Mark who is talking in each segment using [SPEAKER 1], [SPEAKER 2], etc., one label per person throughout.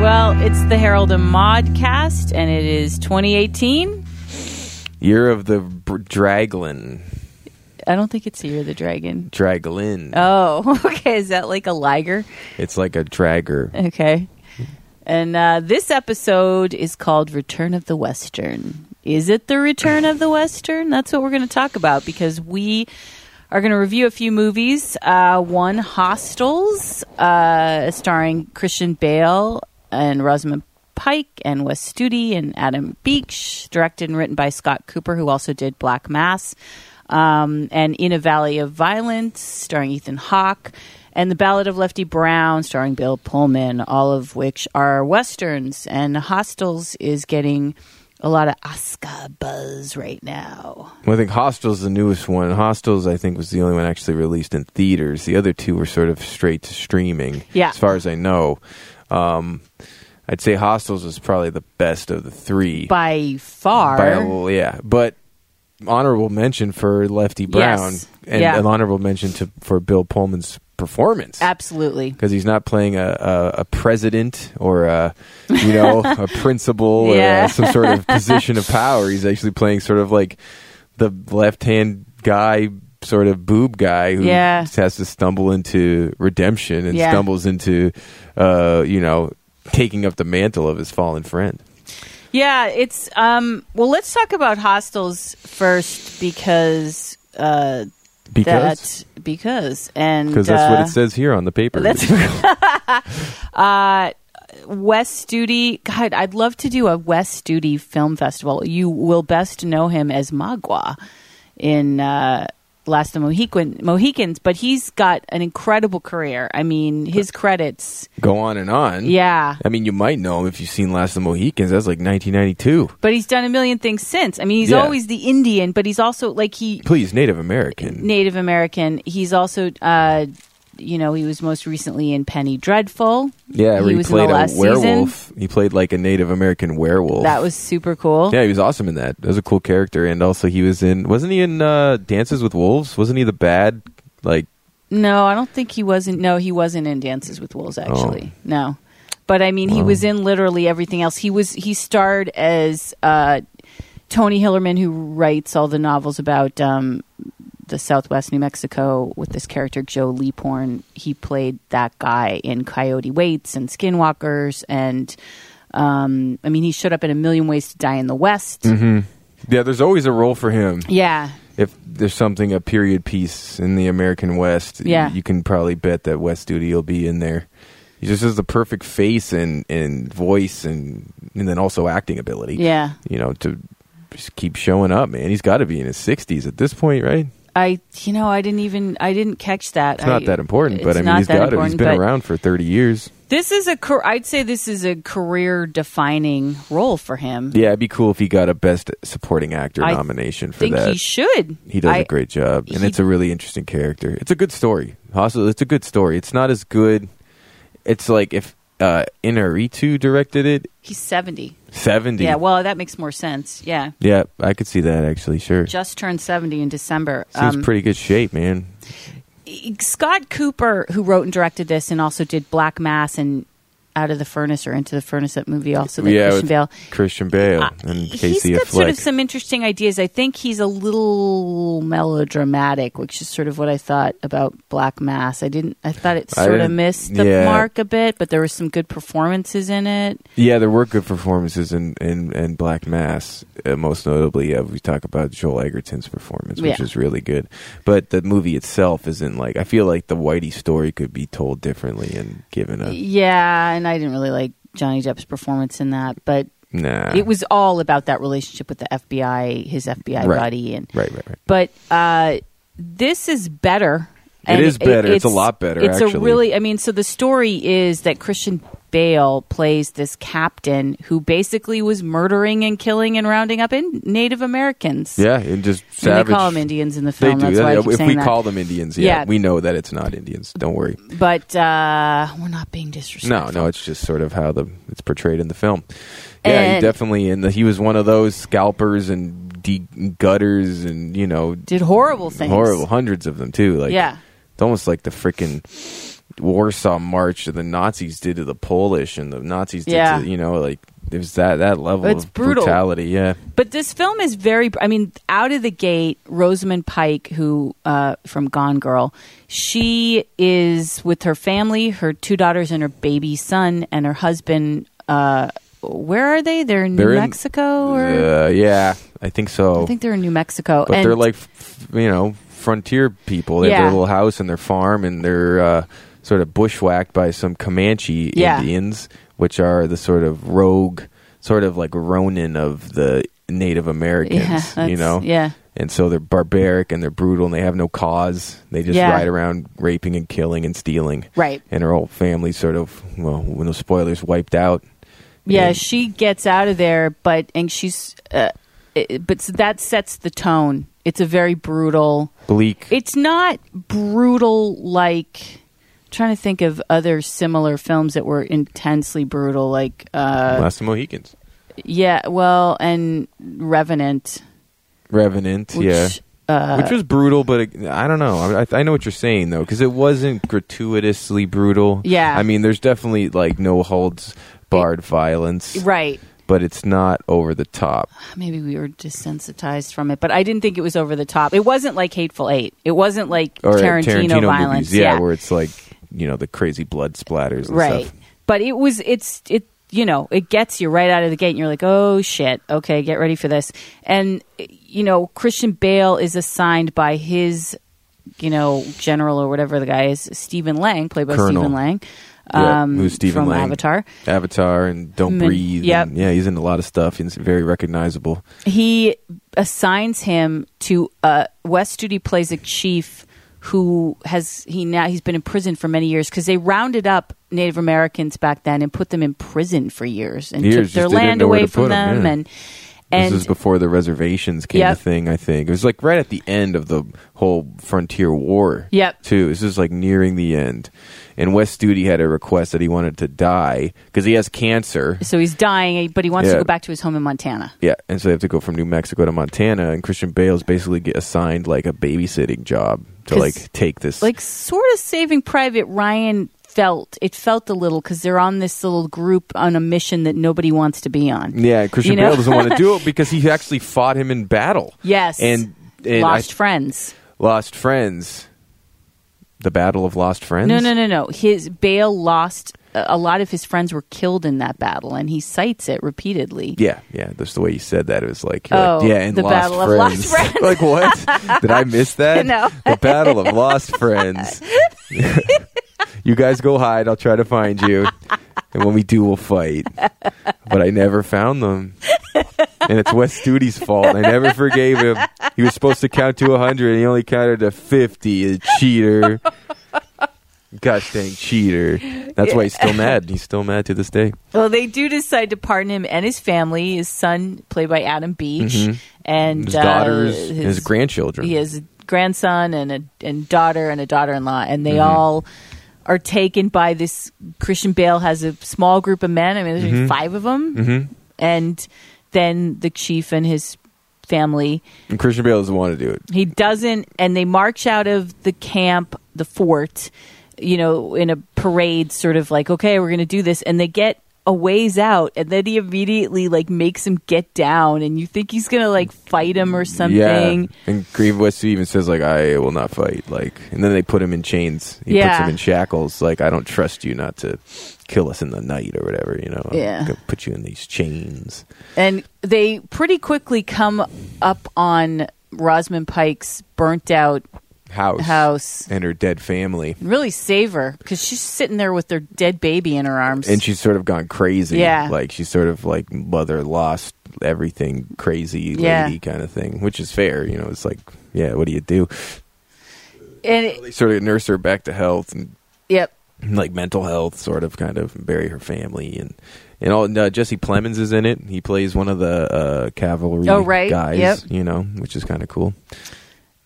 [SPEAKER 1] Well, it's the Herald and Modcast, and it is 2018.
[SPEAKER 2] Year of the br- Draglin.
[SPEAKER 1] I don't think it's the year of the dragon.
[SPEAKER 2] Draglin.
[SPEAKER 1] Oh, okay. Is that like a liger?
[SPEAKER 2] It's like a dragger.
[SPEAKER 1] Okay. And uh, this episode is called Return of the Western. Is it the Return of the Western? That's what we're going to talk about because we are going to review a few movies. Uh, one, Hostels, uh, starring Christian Bale and Rosamund Pike and Wes Studi and Adam Beach, directed and written by Scott Cooper, who also did Black Mass, um, and In a Valley of Violence, starring Ethan Hawke, and The Ballad of Lefty Brown, starring Bill Pullman, all of which are westerns. And Hostels is getting a lot of Oscar buzz right now.
[SPEAKER 2] Well, I think Hostel's the newest one. Hostels, I think, was the only one actually released in theaters. The other two were sort of straight to streaming,
[SPEAKER 1] Yeah.
[SPEAKER 2] as far as I know. Um, I'd say Hostels was probably the best of the three.
[SPEAKER 1] By far.
[SPEAKER 2] By a little- yeah. But honorable mention for Lefty Brown
[SPEAKER 1] Yes.
[SPEAKER 2] and
[SPEAKER 1] Yeah.
[SPEAKER 2] an honorable mention to for Bill Pullman's performance.
[SPEAKER 1] Absolutely.
[SPEAKER 2] because he's not playing a, a, a president or a you know a principal or
[SPEAKER 1] Yeah.
[SPEAKER 2] uh some sort of position of power. He's actually playing sort of like the left hand guy, sort of boob guy who
[SPEAKER 1] Yeah.
[SPEAKER 2] just has to stumble into redemption and
[SPEAKER 1] Yeah.
[SPEAKER 2] stumbles into uh, you know taking up the mantle of his fallen friend.
[SPEAKER 1] Yeah, it's um well let's talk about hostels first because uh
[SPEAKER 2] Because
[SPEAKER 1] that because and
[SPEAKER 2] because that's what
[SPEAKER 1] uh,
[SPEAKER 2] it says here on the paper.
[SPEAKER 1] That's uh, West Studi. God, I'd love to do a West Studi film festival. You will best know him as Magua in uh, Last of the Mohican, Mohicans, but he's got an incredible career. I mean, his credits.
[SPEAKER 2] Go on and on.
[SPEAKER 1] Yeah.
[SPEAKER 2] I mean, you might know him if you've seen Last of the Mohicans. That's like 1992.
[SPEAKER 1] But he's done a million things since. I mean, he's
[SPEAKER 2] Yeah.
[SPEAKER 1] always the Indian, but he's also like he
[SPEAKER 2] Please, Native American.
[SPEAKER 1] Native American. He's also, uh, you know, he was most recently in Penny Dreadful.
[SPEAKER 2] Yeah, where
[SPEAKER 1] he
[SPEAKER 2] he,
[SPEAKER 1] was in the
[SPEAKER 2] played
[SPEAKER 1] last
[SPEAKER 2] a werewolf.
[SPEAKER 1] season.
[SPEAKER 2] He played like a Native American werewolf.
[SPEAKER 1] That was super cool.
[SPEAKER 2] Oh. yeah, he was awesome in that. That was a cool character, and also he was in. Wasn't he in uh, Dances with Wolves? Wasn't he the bad like?
[SPEAKER 1] No, I don't think he wasn't. No, he wasn't in Dances with Wolves actually.
[SPEAKER 2] Oh.
[SPEAKER 1] No, but I mean, he was in literally everything else. He was he starred as uh, Tony Hillerman, who writes all the novels about um, the Southwest New Mexico with this character Joe Leaporn. He played that guy in Coyote Waits and Skinwalkers, and um, I mean, he showed up in a million ways to die in the West.
[SPEAKER 2] Mm-hmm. Yeah, there's always a role for him.
[SPEAKER 1] Yeah,
[SPEAKER 2] If there's something a period piece in the American West, y-
[SPEAKER 1] Yeah.
[SPEAKER 2] you can probably bet that West Duty will be in there. He just has the perfect face and, and voice and and then also acting ability.
[SPEAKER 1] yeah.
[SPEAKER 2] you know to just keep showing up, man. He's got to be in his 60s at this point, right?
[SPEAKER 1] I you know I didn't even I didn't catch that.
[SPEAKER 2] It's not
[SPEAKER 1] I-
[SPEAKER 2] that important, but
[SPEAKER 1] it's
[SPEAKER 2] I mean,
[SPEAKER 1] not
[SPEAKER 2] he's
[SPEAKER 1] that
[SPEAKER 2] got it. He's
[SPEAKER 1] important,
[SPEAKER 2] been
[SPEAKER 1] but
[SPEAKER 2] around for 30 years.
[SPEAKER 1] This is a car- I'd say this is a career defining role for him.
[SPEAKER 2] Yeah, it'd be cool if he got a Best Supporting Actor
[SPEAKER 1] I
[SPEAKER 2] nomination
[SPEAKER 1] I
[SPEAKER 2] for
[SPEAKER 1] think
[SPEAKER 2] that.
[SPEAKER 1] he should.
[SPEAKER 2] He does
[SPEAKER 1] I-
[SPEAKER 2] a great job, and
[SPEAKER 1] he-
[SPEAKER 2] it's a really interesting character. It's a good story. Also, it's a good story. It's not as good. It's like if uh, Inarritu directed it,
[SPEAKER 1] He's seventy.
[SPEAKER 2] 70.
[SPEAKER 1] Yeah, well, that makes more sense. Yeah,
[SPEAKER 2] yeah, I could see that actually. Sure,
[SPEAKER 1] just um, turned seventy in December. e,
[SPEAKER 2] seems pretty good shape, man.
[SPEAKER 1] Scott Cooper, who wrote and directed this, and also did Black Mass and Out of the Furnace or Into the Furnace, that movie also that
[SPEAKER 2] yeah,
[SPEAKER 1] Christian
[SPEAKER 2] with
[SPEAKER 1] Bale.
[SPEAKER 2] Christian Bale
[SPEAKER 1] Uh,
[SPEAKER 2] and
[SPEAKER 1] he's
[SPEAKER 2] Casey
[SPEAKER 1] got
[SPEAKER 2] Affleck.
[SPEAKER 1] sort of some interesting ideas. I think he's a little melodramatic, which is sort of what I thought about Black Mass. I didn't. I thought it
[SPEAKER 2] I
[SPEAKER 1] sort of
[SPEAKER 2] didn't-
[SPEAKER 1] missed the
[SPEAKER 2] yeah.
[SPEAKER 1] mark a bit, but there were some good performances in it.
[SPEAKER 2] Yeah, there were good performances in, in, in Black Mass, uh, most notably. Uh, we talk about Joel Egerton's performance, which
[SPEAKER 1] Yeah.
[SPEAKER 2] is really good. But the movie itself isn't like I feel like the Whitey story could be told differently and given a
[SPEAKER 1] Yeah, and I didn't really like Johnny Depp's performance in that, but
[SPEAKER 2] nah.
[SPEAKER 1] it was all about that relationship with the FBI, his FBI
[SPEAKER 2] Right.
[SPEAKER 1] buddy, and
[SPEAKER 2] right, right, right.
[SPEAKER 1] but uh, this is better.
[SPEAKER 2] It is better. It's a lot better,
[SPEAKER 1] It's a
[SPEAKER 2] actually.
[SPEAKER 1] really. I mean, so the story is that Christian Bale plays this captain who basically was murdering and killing and rounding up in Native Americans.
[SPEAKER 2] Yeah, and just
[SPEAKER 1] I mean,
[SPEAKER 2] savage.
[SPEAKER 1] they call them Indians in the
[SPEAKER 2] They
[SPEAKER 1] film.
[SPEAKER 2] do.
[SPEAKER 1] That's why I keep
[SPEAKER 2] if
[SPEAKER 1] saying
[SPEAKER 2] we
[SPEAKER 1] that.
[SPEAKER 2] call them Indians, yeah,
[SPEAKER 1] Yeah.
[SPEAKER 2] we know that it's not Indians. Don't worry.
[SPEAKER 1] but uh, we're not being
[SPEAKER 2] No,
[SPEAKER 1] disrespectful.
[SPEAKER 2] no, it's just sort of how the it's portrayed in the film. Yeah, he
[SPEAKER 1] And-
[SPEAKER 2] definitely and he was one of those scalpers and de- gutters and you know
[SPEAKER 1] Did horrible things.
[SPEAKER 2] Horrible, hundreds of them too. Like
[SPEAKER 1] Yeah.
[SPEAKER 2] it's almost like the freaking Warsaw March that the Nazis did to the Polish and the Nazis did
[SPEAKER 1] Yeah.
[SPEAKER 2] to you know like there's that that level
[SPEAKER 1] It's
[SPEAKER 2] of
[SPEAKER 1] brutal.
[SPEAKER 2] brutality. Yeah,
[SPEAKER 1] But this film is very. I mean, out of the gate, Rosamund Pike, who uh, from Gone Girl, she is with her family, her two daughters and her baby son, and her husband. Uh, where are they? They're in
[SPEAKER 2] They're
[SPEAKER 1] New
[SPEAKER 2] in-
[SPEAKER 1] Mexico, or
[SPEAKER 2] uh, yeah, I think so.
[SPEAKER 1] I think they're in New Mexico.
[SPEAKER 2] but
[SPEAKER 1] and
[SPEAKER 2] they're like f- you know frontier people. They have
[SPEAKER 1] Yeah.
[SPEAKER 2] their little house and their farm, and they're uh, sort of bushwhacked by some Comanche
[SPEAKER 1] Yeah.
[SPEAKER 2] Indians, which are the sort of rogue, sort of like Ronin of the Native
[SPEAKER 1] yeah,
[SPEAKER 2] Americans. you
[SPEAKER 1] that's-
[SPEAKER 2] know,
[SPEAKER 1] yeah.
[SPEAKER 2] and so they're barbaric and they're brutal and they have no cause. They just
[SPEAKER 1] Yeah.
[SPEAKER 2] ride around raping and killing and stealing.
[SPEAKER 1] Right.
[SPEAKER 2] And her whole family sort of well, when the spoilers wiped out.
[SPEAKER 1] Yeah,
[SPEAKER 2] And-
[SPEAKER 1] she gets out of there, but and she's, uh, it, but so that sets the tone. It's a very brutal.
[SPEAKER 2] Bleak.
[SPEAKER 1] It's not brutal like. Trying to think of other similar films that were intensely brutal, like uh,
[SPEAKER 2] Last of Mohicans.
[SPEAKER 1] yeah, well, and Revenant,
[SPEAKER 2] Revenant.
[SPEAKER 1] which
[SPEAKER 2] yeah.
[SPEAKER 1] uh,
[SPEAKER 2] Which was brutal, but it, I don't know. I, I- I know what you're saying though, because it wasn't gratuitously brutal.
[SPEAKER 1] Yeah.
[SPEAKER 2] I mean, there's definitely like no holds barred violence,
[SPEAKER 1] right?
[SPEAKER 2] but it's not over the top.
[SPEAKER 1] Maybe we were desensitized from it, but I didn't think it was over the top. It wasn't like Hateful Eight. It wasn't like
[SPEAKER 2] Or uh,
[SPEAKER 1] Tarantino, violence.
[SPEAKER 2] movies, yeah, where it's like you know the crazy blood splatters, and
[SPEAKER 1] right
[SPEAKER 2] Stuff.
[SPEAKER 1] but it was it's it you know it gets you right out of the gate and you're like oh shit okay get ready for this and you know christian bale is assigned by his you know general or whatever the guy is stephen lang played by
[SPEAKER 2] Colonel.
[SPEAKER 1] stephen lang um,
[SPEAKER 2] Yeah, who's Stephen
[SPEAKER 1] from
[SPEAKER 2] Lang.
[SPEAKER 1] avatar
[SPEAKER 2] Avatar and Don't
[SPEAKER 1] Min-
[SPEAKER 2] Breathe.
[SPEAKER 1] yep.
[SPEAKER 2] and- yeah, he's in a lot of stuff. He's very recognizable.
[SPEAKER 1] he assigns him to uh, West Studi plays a chief who has he now he's been in prison for many years because they rounded up Native Americans back then and put them in prison for years and
[SPEAKER 2] Years,
[SPEAKER 1] took their
[SPEAKER 2] just they didn't
[SPEAKER 1] land
[SPEAKER 2] know where
[SPEAKER 1] away
[SPEAKER 2] to put
[SPEAKER 1] from
[SPEAKER 2] 'em,
[SPEAKER 1] them
[SPEAKER 2] yeah.
[SPEAKER 1] and and
[SPEAKER 2] this is before the reservations came
[SPEAKER 1] Yep.
[SPEAKER 2] a thing, I think. It was like right at the end of the whole frontier war.
[SPEAKER 1] Yep.
[SPEAKER 2] Too. This is like nearing the end. And West Studi had a request that he wanted to die because he has cancer.
[SPEAKER 1] so he's dying but he wants to
[SPEAKER 2] Yeah.
[SPEAKER 1] go back to his home in Montana.
[SPEAKER 2] Yeah, and so they have to go from New Mexico to Montana, and Christian Bale's basically get assigned like a babysitting job to
[SPEAKER 1] 'Cause,
[SPEAKER 2] like take this.
[SPEAKER 1] like sort of saving private ryan felt it felt a little because they're on this little group on a mission that nobody wants to be on
[SPEAKER 2] yeah, Christian
[SPEAKER 1] you know?
[SPEAKER 2] Bale doesn't want to do it because he actually fought him in battle.
[SPEAKER 1] yes
[SPEAKER 2] and, and I
[SPEAKER 1] lost friends
[SPEAKER 2] Lost Friends. The Battle of Lost Friends?
[SPEAKER 1] no no no no his bale lost a a lot of his friends were killed in that battle and he cites it repeatedly
[SPEAKER 2] Yeah, yeah. That's the way you said that. It was like, you're like,
[SPEAKER 1] Oh,
[SPEAKER 2] yeah, and
[SPEAKER 1] the
[SPEAKER 2] Lost
[SPEAKER 1] Battle of
[SPEAKER 2] Friends.
[SPEAKER 1] Lost Friends.
[SPEAKER 2] like, what? Did I miss that?
[SPEAKER 1] No.
[SPEAKER 2] The Battle of Lost Friends. you guys go hide. I'll try to find you. And when we do, we'll fight. But I never found them. And it's West Studi's fault. I never forgave him. He was supposed to count to 100, and he only counted to 50. A cheater. Gosh dang cheater. That's why he's still mad. He's still mad to this day.
[SPEAKER 1] well they do decide to pardon him and his family his son played by adam beach and
[SPEAKER 2] Mm-hmm. His
[SPEAKER 1] uh,
[SPEAKER 2] daughters, and his,
[SPEAKER 1] his
[SPEAKER 2] grandchildren.
[SPEAKER 1] he has a grandson and a and daughter and a daughter-in-law and they
[SPEAKER 2] Mm-hmm.
[SPEAKER 1] all are taken by this christian bale has a small group of men i mean there's
[SPEAKER 2] Mm-hmm.
[SPEAKER 1] only five of them and then the chief and his family
[SPEAKER 2] And Christian Bale doesn't want to do it.
[SPEAKER 1] he doesn't and they march out of the camp the fort you know in a parade sort of like okay we're gonna do this and they get a ways out and then he immediately like makes him get down and you think he's gonna like fight him or something
[SPEAKER 2] And Grieve West even says like, "I will not fight." Like, and then they put him in chains. He
[SPEAKER 1] Yeah.
[SPEAKER 2] puts him in shackles. Like, I don't trust you not to kill us in the night or whatever. You know. I'm
[SPEAKER 1] Yeah.
[SPEAKER 2] gonna put you in these chains.
[SPEAKER 1] And they pretty quickly come up on Rosamund Pike's burnt out
[SPEAKER 2] House.
[SPEAKER 1] house.
[SPEAKER 2] And her dead family.
[SPEAKER 1] and Really save her because she's sitting there with their dead baby in her arms.
[SPEAKER 2] And she's sort of gone crazy.
[SPEAKER 1] Yeah.
[SPEAKER 2] Like she's sort of like mother lost everything crazy lady
[SPEAKER 1] Yeah.
[SPEAKER 2] kind of thing, which is fair. You know, it's like, yeah, what do you do?
[SPEAKER 1] And it-
[SPEAKER 2] They sort of nurse her back to health and
[SPEAKER 1] yep.
[SPEAKER 2] like mental health sort of kind of bury her family and and all and, uh, Jesse Plemons is in it. He plays one of the uh, cavalry
[SPEAKER 1] Oh, right.
[SPEAKER 2] guys,
[SPEAKER 1] Yep.
[SPEAKER 2] you know, which is kind of cool.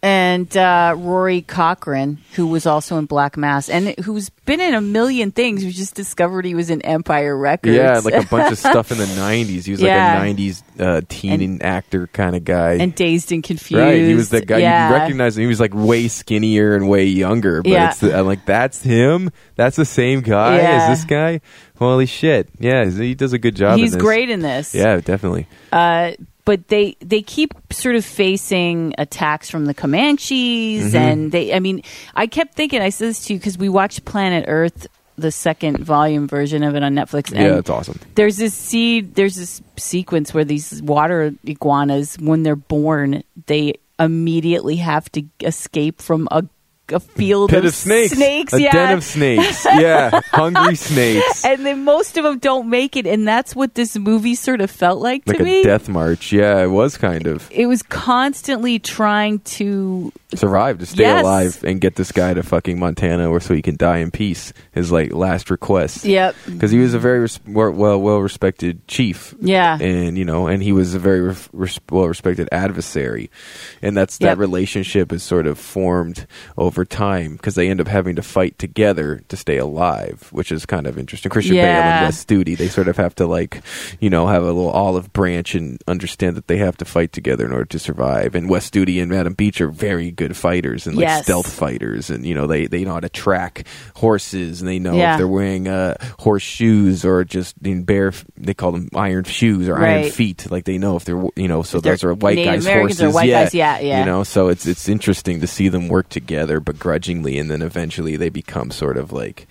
[SPEAKER 1] and uh, Rory Cochrane, who was also in Black Mass and who's been in a million things. We just discovered he was in Empire Records.
[SPEAKER 2] Yeah, like a bunch of stuff in the '90s. He was
[SPEAKER 1] Yeah.
[SPEAKER 2] like a '90s uh, teen actor kind of guy.
[SPEAKER 1] and Dazed and Confused.
[SPEAKER 2] Right, he was the guy
[SPEAKER 1] Yeah.
[SPEAKER 2] you recognize him. He was like way skinnier and way younger. But
[SPEAKER 1] Yeah.
[SPEAKER 2] it's the, I'm like, that's him. That's the same guy
[SPEAKER 1] Yeah.
[SPEAKER 2] as this guy. Holy shit! Yeah, he does a good job. in
[SPEAKER 1] He's
[SPEAKER 2] this.
[SPEAKER 1] great in this.
[SPEAKER 2] Yeah, definitely.
[SPEAKER 1] Uh, but they they keep sort of facing attacks from the Comanches,
[SPEAKER 2] Mm-hmm.
[SPEAKER 1] and they. I mean, I kept thinking. I said this to you because we watched Planet Earth, the second volume version of it on Netflix, and
[SPEAKER 2] Yeah, that's awesome.
[SPEAKER 1] there's this seed there's this sequence where these water iguanas when they're born they immediately have to escape from a, a field
[SPEAKER 2] Pit of snakes.
[SPEAKER 1] snakes
[SPEAKER 2] A
[SPEAKER 1] yeah
[SPEAKER 2] den of snakes. Yeah, hungry snakes.
[SPEAKER 1] and then most of them don't make it and that's what this movie sort of felt like,
[SPEAKER 2] Like
[SPEAKER 1] to
[SPEAKER 2] a
[SPEAKER 1] me
[SPEAKER 2] death march. Yeah, it was kind of
[SPEAKER 1] it was constantly trying to
[SPEAKER 2] survive to stay
[SPEAKER 1] Yes.
[SPEAKER 2] alive and get this guy to fucking Montana, or so he can die in peace. His like last request.
[SPEAKER 1] yep
[SPEAKER 2] because he was a very res- well well respected chief.
[SPEAKER 1] Yeah.
[SPEAKER 2] and you know, and he was a very res- res- well respected adversary, and that's
[SPEAKER 1] Yep.
[SPEAKER 2] that relationship is sort of formed over time because they end up having to fight together to stay alive, which is kind of interesting. Christian Bale
[SPEAKER 1] Yeah.
[SPEAKER 2] and Wes Studi, they sort of have to like, you know, have a little olive branch and understand that they have to fight together in order to survive. And Wes Studi and Madam Beach are very good fighters and like
[SPEAKER 1] Yes.
[SPEAKER 2] stealth fighters, and you know, they they know how to track horses and they know
[SPEAKER 1] Yeah.
[SPEAKER 2] if they're wearing uh, horseshoes or just in bare they call them iron shoes or iron
[SPEAKER 1] Right.
[SPEAKER 2] feet like they know if they're you know so
[SPEAKER 1] If they're
[SPEAKER 2] those are white
[SPEAKER 1] Native
[SPEAKER 2] guys
[SPEAKER 1] Americans or
[SPEAKER 2] horses
[SPEAKER 1] white
[SPEAKER 2] yeah,
[SPEAKER 1] guys, yeah, yeah.
[SPEAKER 2] you know so it's it's interesting to see them work together begrudgingly and then eventually they become sort of like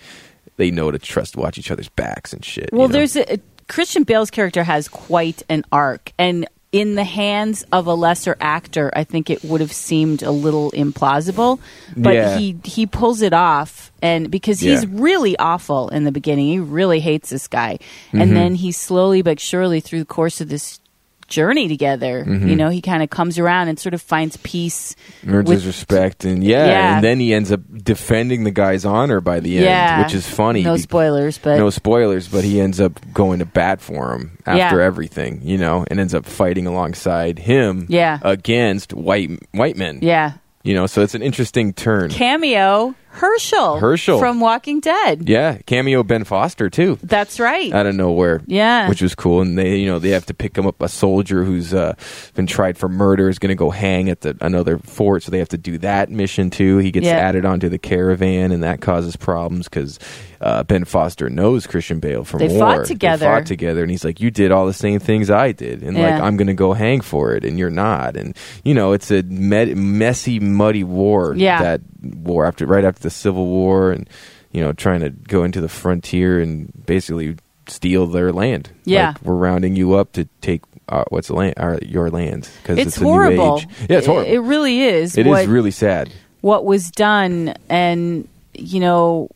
[SPEAKER 2] they know to trust watch each other's backs and shit you
[SPEAKER 1] Well,
[SPEAKER 2] know?
[SPEAKER 1] there's a, Christian Bale's character has quite an arc, and in the hands of a lesser actor, I think it would have seemed a little implausible. But
[SPEAKER 2] Yeah.
[SPEAKER 1] he he pulls it off, and because he's
[SPEAKER 2] Yeah.
[SPEAKER 1] really awful in the beginning, he really hates this guy,
[SPEAKER 2] Mm-hmm.
[SPEAKER 1] and then he slowly but surely through the course of this journey together,
[SPEAKER 2] Mm-hmm.
[SPEAKER 1] you know, he kind of comes around and sort of finds peace
[SPEAKER 2] earns
[SPEAKER 1] with-
[SPEAKER 2] his respect and yeah,
[SPEAKER 1] Yeah.
[SPEAKER 2] and then he ends up defending the guy's honor by the end
[SPEAKER 1] Yeah.
[SPEAKER 2] which is funny
[SPEAKER 1] No
[SPEAKER 2] be-
[SPEAKER 1] spoilers, but
[SPEAKER 2] no spoilers, but he ends up going to bat for him after
[SPEAKER 1] Yeah.
[SPEAKER 2] everything, you know, and ends up fighting alongside him
[SPEAKER 1] Yeah.
[SPEAKER 2] against white white men.
[SPEAKER 1] yeah.
[SPEAKER 2] You know, so it's an interesting turn.
[SPEAKER 1] Cameo Herschel.
[SPEAKER 2] Herschel.
[SPEAKER 1] from Walking Dead.
[SPEAKER 2] yeah, cameo Ben Foster too.
[SPEAKER 1] That's right.
[SPEAKER 2] Out of nowhere.
[SPEAKER 1] Yeah.
[SPEAKER 2] Which was cool. And they, you know, they have to pick him up a soldier who's uh, been tried for murder, is going to go hang at the, another fort. So they have to do that mission too. He gets
[SPEAKER 1] Yeah.
[SPEAKER 2] added onto the caravan, and that causes problems because uh, Ben Foster knows Christian Bale from
[SPEAKER 1] They
[SPEAKER 2] war.
[SPEAKER 1] fought together.
[SPEAKER 2] They fought together. And he's like, You did all the same things I did. And like,
[SPEAKER 1] Yeah.
[SPEAKER 2] I'm going to go hang for it, and you're not. And, you know, it's a med- messy, muddy war
[SPEAKER 1] Yeah.
[SPEAKER 2] that war after right after the Civil War, and you know trying to go into the frontier and basically steal their land.
[SPEAKER 1] Yeah.
[SPEAKER 2] like, we're rounding you up to take uh, what's the land, uh, your land because
[SPEAKER 1] it's,
[SPEAKER 2] it's, a
[SPEAKER 1] horrible.
[SPEAKER 2] New age. Yeah, it's horrible.
[SPEAKER 1] It, it really is.
[SPEAKER 2] it
[SPEAKER 1] what,
[SPEAKER 2] is really sad.
[SPEAKER 1] what was done, and you know,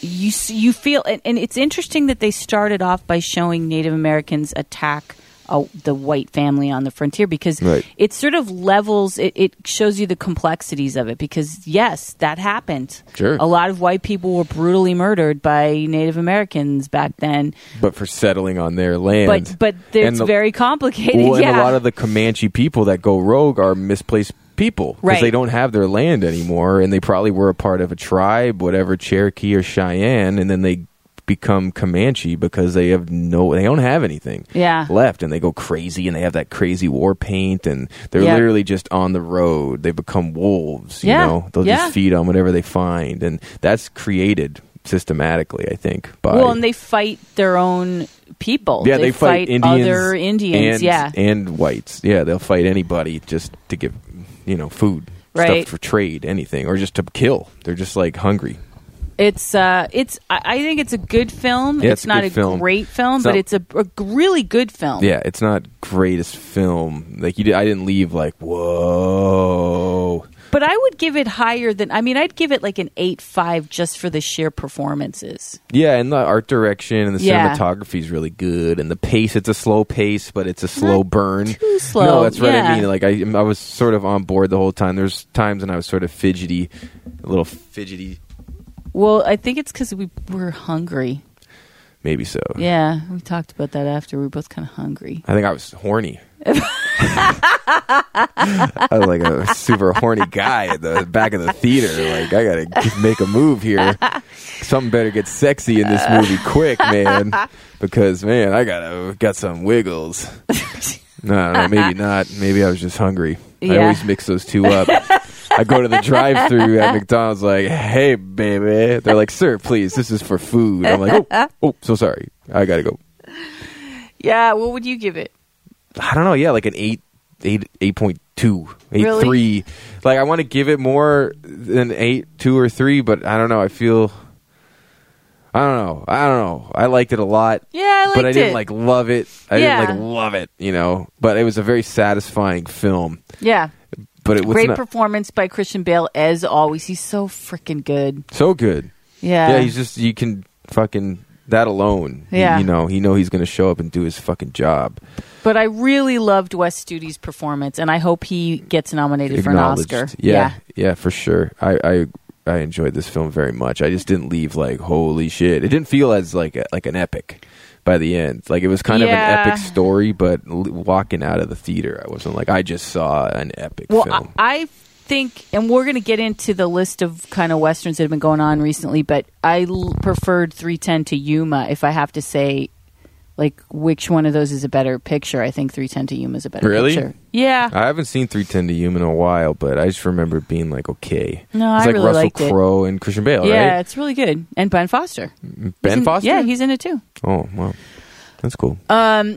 [SPEAKER 1] you s- you feel, and, and it's interesting that they started off by showing Native Americans attack. Uh, the white family on the frontier because
[SPEAKER 2] Right.
[SPEAKER 1] it sort of levels it, it shows you the complexities of it because yes that happened
[SPEAKER 2] Sure.
[SPEAKER 1] a lot of white people were brutally murdered by native americans back then
[SPEAKER 2] But for settling on their land,
[SPEAKER 1] but but it's
[SPEAKER 2] And the-
[SPEAKER 1] very complicated
[SPEAKER 2] Well,
[SPEAKER 1] yeah
[SPEAKER 2] and a lot of the Comanche people that go rogue are misplaced people because
[SPEAKER 1] Right.
[SPEAKER 2] they don't have their land anymore, and they probably were a part of a tribe, whatever Cherokee or Cheyenne, and then they become Comanche because they have no, they don't have anything
[SPEAKER 1] Yeah.
[SPEAKER 2] left, and they go crazy, and they have that crazy war paint, and they're
[SPEAKER 1] Yeah.
[SPEAKER 2] literally just on the road. They become wolves, you
[SPEAKER 1] Yeah.
[SPEAKER 2] know. They'll
[SPEAKER 1] Yeah.
[SPEAKER 2] just feed on whatever they find, and that's created systematically, I think. By
[SPEAKER 1] Well, and they fight their own people.
[SPEAKER 2] yeah, they, fight, Indians,
[SPEAKER 1] other Indians.
[SPEAKER 2] and,
[SPEAKER 1] yeah,
[SPEAKER 2] and whites. Yeah, they'll fight anybody just to give, you know, food,
[SPEAKER 1] Right.
[SPEAKER 2] stuff for trade, anything, or just to kill. They're just like hungry.
[SPEAKER 1] it's uh, it's. I, I think it's a good film.
[SPEAKER 2] Yeah,
[SPEAKER 1] it's,
[SPEAKER 2] it's a
[SPEAKER 1] not
[SPEAKER 2] good
[SPEAKER 1] a
[SPEAKER 2] film.
[SPEAKER 1] great film,
[SPEAKER 2] It's
[SPEAKER 1] but
[SPEAKER 2] not-
[SPEAKER 1] it's a, a really good film.
[SPEAKER 2] Yeah, it's not greatest film. Like you, did, I didn't leave like whoa.
[SPEAKER 1] But I would give it higher than. I mean, I'd give it like an eight five just for the sheer performances.
[SPEAKER 2] Yeah, and the art direction and the
[SPEAKER 1] Yeah.
[SPEAKER 2] cinematography is really good, and the pace. It's a slow pace, but it's a slow burn. Too
[SPEAKER 1] slow,
[SPEAKER 2] No, that's what
[SPEAKER 1] yeah.
[SPEAKER 2] I mean. Like I, I was sort of on board the whole time. There's times when I was sort of fidgety, a little fidgety.
[SPEAKER 1] Well, I think it's because we were hungry.
[SPEAKER 2] Maybe so.
[SPEAKER 1] Yeah, we talked about that after. We were both kind of hungry.
[SPEAKER 2] I think I was horny. I was like a super horny guy at the back of the theater. Like I gotta g- make a move here. Something better get sexy in this movie quick, man. Because man, I gotta got some wiggles. No, no, maybe not. Maybe I was just hungry. I
[SPEAKER 1] Yeah.
[SPEAKER 2] always mix those two up. I go to the drive-through at McDonald's, like, "Hey, baby." They're like, "Sir, please, this is for food." I'm like, "Oh, oh, so sorry. I gotta go."
[SPEAKER 1] Yeah, what would you give it?
[SPEAKER 2] I don't know. Yeah, like an eight, eight, eight point two, eight
[SPEAKER 1] Really?
[SPEAKER 2] three. Like I want to give it more than eight, two or three, but I don't know. I feel. I don't know. I don't know. I liked it a lot,
[SPEAKER 1] Yeah, I liked
[SPEAKER 2] but I didn't
[SPEAKER 1] it.
[SPEAKER 2] like love it. I
[SPEAKER 1] Yeah.
[SPEAKER 2] didn't like love it, you know. But it was a very satisfying film.
[SPEAKER 1] yeah,
[SPEAKER 2] But it was
[SPEAKER 1] great
[SPEAKER 2] not
[SPEAKER 1] performance by Christian Bale as always. He's so freaking good.
[SPEAKER 2] so good.
[SPEAKER 1] Yeah,
[SPEAKER 2] yeah, he's just you can fucking that alone. you-
[SPEAKER 1] Yeah.
[SPEAKER 2] you know, you know he's gonna show up and do his fucking job.
[SPEAKER 1] but I really loved Wes Studi's performance, and I hope he gets nominated for an
[SPEAKER 2] Acknowledged.
[SPEAKER 1] Oscar.
[SPEAKER 2] Yeah, yeah, for sure. I, I I enjoyed this film very much. I just didn't leave like holy shit. It didn't feel as like a, like an epic by the end. Like it was kind of
[SPEAKER 1] Yeah.
[SPEAKER 2] an epic story, but l- walking out of the theater, I wasn't like I just saw an epic
[SPEAKER 1] Well,
[SPEAKER 2] film.
[SPEAKER 1] I, I think, and we're going to get into the list of kind of westerns that have been going on recently, but I l- preferred 310 to Yuma if I have to say, like, which one of those is a better picture. I think 310 to Yuma is a better
[SPEAKER 2] Really?
[SPEAKER 1] picture. Yeah.
[SPEAKER 2] I haven't seen 310 to Human in a while, but I just remember it being like okay.
[SPEAKER 1] No, Mm,
[SPEAKER 2] it's
[SPEAKER 1] I
[SPEAKER 2] like
[SPEAKER 1] really
[SPEAKER 2] Russell
[SPEAKER 1] liked it.
[SPEAKER 2] Crowe and Christian Bale,
[SPEAKER 1] yeah,
[SPEAKER 2] right?
[SPEAKER 1] it's really good. And Ben Foster. He's
[SPEAKER 2] Ben
[SPEAKER 1] in-
[SPEAKER 2] Foster.
[SPEAKER 1] Yeah, he's in it too.
[SPEAKER 2] oh wow, that's cool.
[SPEAKER 1] Um,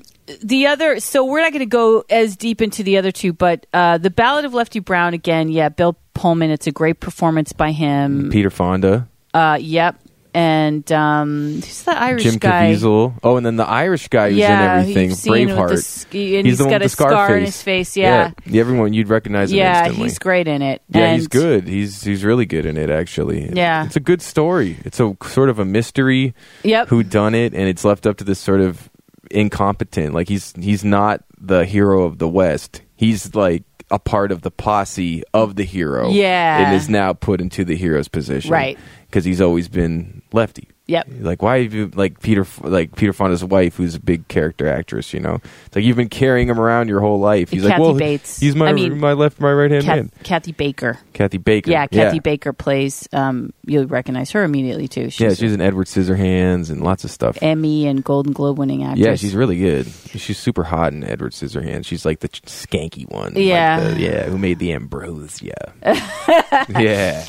[SPEAKER 1] the other so we're not going to go as deep into the other two but uh the ballad of lefty brown again yeah bill pullman it's a great performance by him
[SPEAKER 2] Peter Fonda,
[SPEAKER 1] uh yep and um who's the irish
[SPEAKER 2] Jim
[SPEAKER 1] guy
[SPEAKER 2] Caviezel. Oh, and then the Irish guy who's
[SPEAKER 1] yeah
[SPEAKER 2] in everything,
[SPEAKER 1] you've seen him with
[SPEAKER 2] Braveheart.
[SPEAKER 1] the sk- and
[SPEAKER 2] he's the one
[SPEAKER 1] got
[SPEAKER 2] with
[SPEAKER 1] a
[SPEAKER 2] the scar,
[SPEAKER 1] scar
[SPEAKER 2] face.
[SPEAKER 1] on his face yeah
[SPEAKER 2] yeah. Everyone, you'd recognize him
[SPEAKER 1] yeah,
[SPEAKER 2] instantly.
[SPEAKER 1] he's great in it
[SPEAKER 2] yeah,
[SPEAKER 1] and
[SPEAKER 2] he's good. He's he's really good in it, actually.
[SPEAKER 1] Yeah.
[SPEAKER 2] it's a good story. It's a sort of a mystery
[SPEAKER 1] yep
[SPEAKER 2] who done it, and it's left up to this sort of incompetent. Like he's he's not the hero of the West. He's like a part of the posse of the hero.
[SPEAKER 1] Yeah.
[SPEAKER 2] and is now put into the hero's position.
[SPEAKER 1] Right.
[SPEAKER 2] because he's always been lefty.
[SPEAKER 1] yep
[SPEAKER 2] Like why have you like Peter like Peter Fonda's wife, who's a big character actress? You know, it's like you've been carrying him around your whole life. He's like,
[SPEAKER 1] Kathy
[SPEAKER 2] well,
[SPEAKER 1] Bates.
[SPEAKER 2] he's my
[SPEAKER 1] I mean,
[SPEAKER 2] my left, my right hand man,
[SPEAKER 1] Kath- kathy baker
[SPEAKER 2] Kathy Baker.
[SPEAKER 1] yeah kathy baker plays um you'll recognize her immediately too she's
[SPEAKER 2] Yeah, she's an Edward Scissorhands and lots of stuff.
[SPEAKER 1] emmy and golden globe winning actress
[SPEAKER 2] yeah, she's really good. She's super hot in Edward Scissorhands. She's like the ch- skanky one. like
[SPEAKER 1] Yeah.
[SPEAKER 2] the- yeah. Who made the Ambrosia? yeah.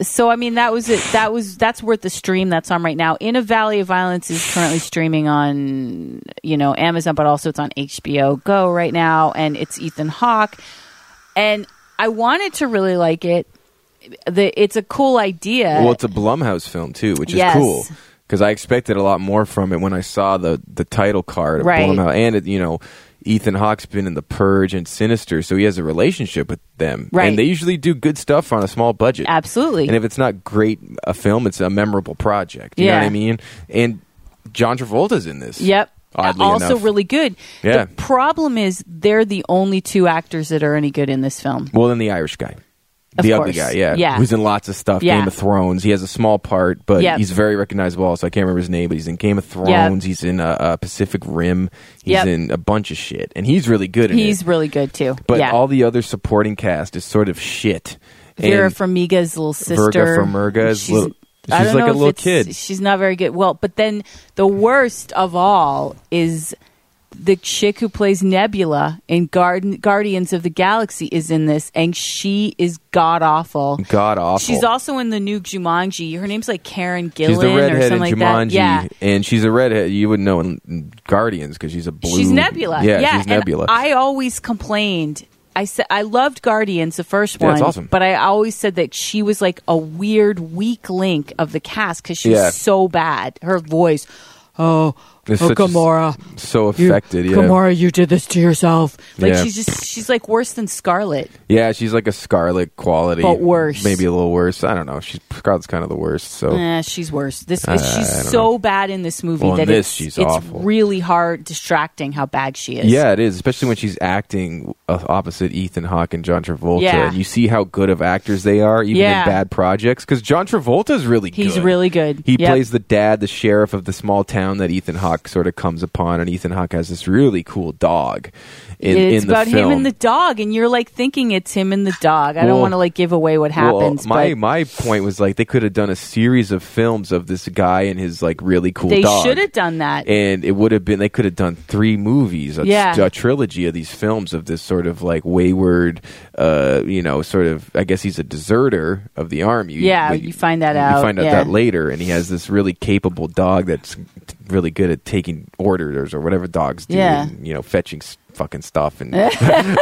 [SPEAKER 1] so I mean that was it. That was that's worth the stream that's on right now. In a Valley of Violence is currently streaming on you know Amazon, but also it's on HBO Go right now, and it's Ethan Hawke. And I wanted to really like it. The it's a cool idea.
[SPEAKER 2] Well, it's a Blumhouse film too, which is
[SPEAKER 1] Yes.
[SPEAKER 2] cool because I expected a lot more from it when I saw the the title card of
[SPEAKER 1] Right.
[SPEAKER 2] Blumhouse, and it, you know. Ethan Hawke's been in The Purge and Sinister, so he has a relationship with them.
[SPEAKER 1] Right.
[SPEAKER 2] And they usually do good stuff on a small budget.
[SPEAKER 1] Absolutely.
[SPEAKER 2] And if it's not great a film, it's a memorable project. You know
[SPEAKER 1] Yeah.
[SPEAKER 2] what I mean? And John Travolta's in this.
[SPEAKER 1] Yep.
[SPEAKER 2] Oddly
[SPEAKER 1] also
[SPEAKER 2] enough.
[SPEAKER 1] really good.
[SPEAKER 2] Yeah.
[SPEAKER 1] The problem is they're the only two actors that are any good in this film.
[SPEAKER 2] Well, then the Irish guy.
[SPEAKER 1] Of
[SPEAKER 2] the ugly
[SPEAKER 1] course.
[SPEAKER 2] guy, yeah.
[SPEAKER 1] Yeah.
[SPEAKER 2] Who's in lots of stuff.
[SPEAKER 1] Yeah.
[SPEAKER 2] Game of Thrones. He has a small part, but
[SPEAKER 1] Yep.
[SPEAKER 2] he's very recognizable. Also, I can't remember his name, but he's in Game of Thrones. He's in uh, uh, Pacific Rim. He's
[SPEAKER 1] Yep.
[SPEAKER 2] in a bunch of shit. And he's really good in
[SPEAKER 1] He's
[SPEAKER 2] it.
[SPEAKER 1] really good too.
[SPEAKER 2] But
[SPEAKER 1] yeah.
[SPEAKER 2] all the other supporting cast is sort of shit.
[SPEAKER 1] Vera
[SPEAKER 2] And-
[SPEAKER 1] Farmiga's little sister.
[SPEAKER 2] Farmiga is
[SPEAKER 1] She's-
[SPEAKER 2] little-
[SPEAKER 1] I
[SPEAKER 2] she's
[SPEAKER 1] don't
[SPEAKER 2] like
[SPEAKER 1] know
[SPEAKER 2] a
[SPEAKER 1] if
[SPEAKER 2] little
[SPEAKER 1] it's-
[SPEAKER 2] kid.
[SPEAKER 1] She's not very good. Well, but then the worst of all is the chick who plays Nebula in Garden, Guardians of the Galaxy is in this, and she is god awful.
[SPEAKER 2] God awful.
[SPEAKER 1] She's also in the new Jumanji. Her name's like Karen Gillan
[SPEAKER 2] She's the
[SPEAKER 1] or
[SPEAKER 2] redhead in
[SPEAKER 1] something like
[SPEAKER 2] Jumanji,
[SPEAKER 1] that. Yeah.
[SPEAKER 2] and she's a redhead. You would know in- in Guardians because she's a blue.
[SPEAKER 1] She's Nebula.
[SPEAKER 2] Yeah, she's
[SPEAKER 1] and
[SPEAKER 2] Nebula.
[SPEAKER 1] I always complained. I said I loved Guardians, the first
[SPEAKER 2] Yeah,
[SPEAKER 1] one.
[SPEAKER 2] it's awesome.
[SPEAKER 1] But I always said that she was like a weird, weak link of the cast because she
[SPEAKER 2] Yeah.
[SPEAKER 1] was so bad. Her voice. Oh,
[SPEAKER 2] It's
[SPEAKER 1] oh
[SPEAKER 2] such a s-
[SPEAKER 1] Gamora.
[SPEAKER 2] so
[SPEAKER 1] You,
[SPEAKER 2] affected. yeah,
[SPEAKER 1] Gamora, you did this to yourself. Like
[SPEAKER 2] Yeah.
[SPEAKER 1] she's just she's like worse than Scarlet.
[SPEAKER 2] yeah, she's like a Scarlet quality,
[SPEAKER 1] But worse. Eh.
[SPEAKER 2] Maybe a little worse. I don't know. She's Scarlet's kind of the worst. So
[SPEAKER 1] Nah, she's worse. This
[SPEAKER 2] Oh. I
[SPEAKER 1] she's
[SPEAKER 2] don't
[SPEAKER 1] so bad in this movie
[SPEAKER 2] Well, in
[SPEAKER 1] that
[SPEAKER 2] this,
[SPEAKER 1] it's,
[SPEAKER 2] she's
[SPEAKER 1] it's
[SPEAKER 2] awful.
[SPEAKER 1] really hard distracting how bad she is.
[SPEAKER 2] yeah, it is, especially when she's acting uh, opposite Ethan Hawke and John Travolta.
[SPEAKER 1] Yeah.
[SPEAKER 2] You see how good of actors they are, even
[SPEAKER 1] Yeah.
[SPEAKER 2] in bad projects. Because John Travolta's really
[SPEAKER 1] He's
[SPEAKER 2] good.
[SPEAKER 1] really good.
[SPEAKER 2] He
[SPEAKER 1] Yep.
[SPEAKER 2] plays the dad, the sheriff of the small town that Ethan Hawke Hawk sort of comes upon, and Ethan Hawk has this really cool dog in,
[SPEAKER 1] it's
[SPEAKER 2] in the
[SPEAKER 1] about
[SPEAKER 2] film.
[SPEAKER 1] him and the dog, and you're like thinking it's him and the dog. I don't
[SPEAKER 2] Well-
[SPEAKER 1] want to like give away what happens,
[SPEAKER 2] Well, my
[SPEAKER 1] but
[SPEAKER 2] my point was like they could have done a series of films of this guy and his like really cool
[SPEAKER 1] they
[SPEAKER 2] dog.
[SPEAKER 1] should have done that.
[SPEAKER 2] and it would have been they could have done three movies a,
[SPEAKER 1] Yeah.
[SPEAKER 2] a trilogy of these films of this sort of like wayward uh you know sort of i guess he's a deserter of the army
[SPEAKER 1] Yeah,
[SPEAKER 2] when
[SPEAKER 1] you find that
[SPEAKER 2] you
[SPEAKER 1] out,
[SPEAKER 2] find out
[SPEAKER 1] yeah.
[SPEAKER 2] that later and he has this really capable dog that's t- really good at taking orders or whatever dogs do
[SPEAKER 1] Yeah.
[SPEAKER 2] and, you know fetching s- fucking stuff and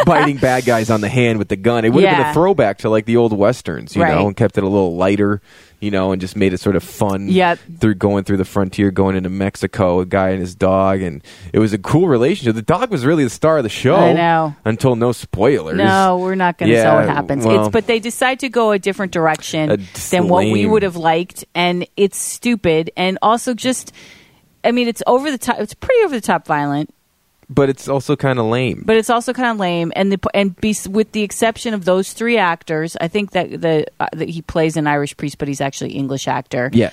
[SPEAKER 2] biting bad guys on the hand with the gun it would have been
[SPEAKER 1] Yeah.
[SPEAKER 2] a throwback to like the old westerns you
[SPEAKER 1] Right.
[SPEAKER 2] know and kept it a little lighter you know and just made it sort of fun
[SPEAKER 1] Yep.
[SPEAKER 2] through going through the frontier, going into Mexico, a guy and his dog, and it was a cool relationship. The dog was really the star of the show.
[SPEAKER 1] I know.
[SPEAKER 2] Until no spoilers.
[SPEAKER 1] No, we're not going to tell
[SPEAKER 2] Yeah,
[SPEAKER 1] what happens. it's
[SPEAKER 2] well-
[SPEAKER 1] but they decide to go a different direction
[SPEAKER 2] Uh, it's
[SPEAKER 1] than what we
[SPEAKER 2] lame.
[SPEAKER 1] would have liked, and it's stupid, and also just, I mean, it's over the top. It's pretty over the top violent,
[SPEAKER 2] But it's also kind of lame.
[SPEAKER 1] but it's also kind of lame. And the and be, with the exception of those three actors, I think that the uh, that he plays an Irish priest, but he's actually English actor.
[SPEAKER 2] yeah.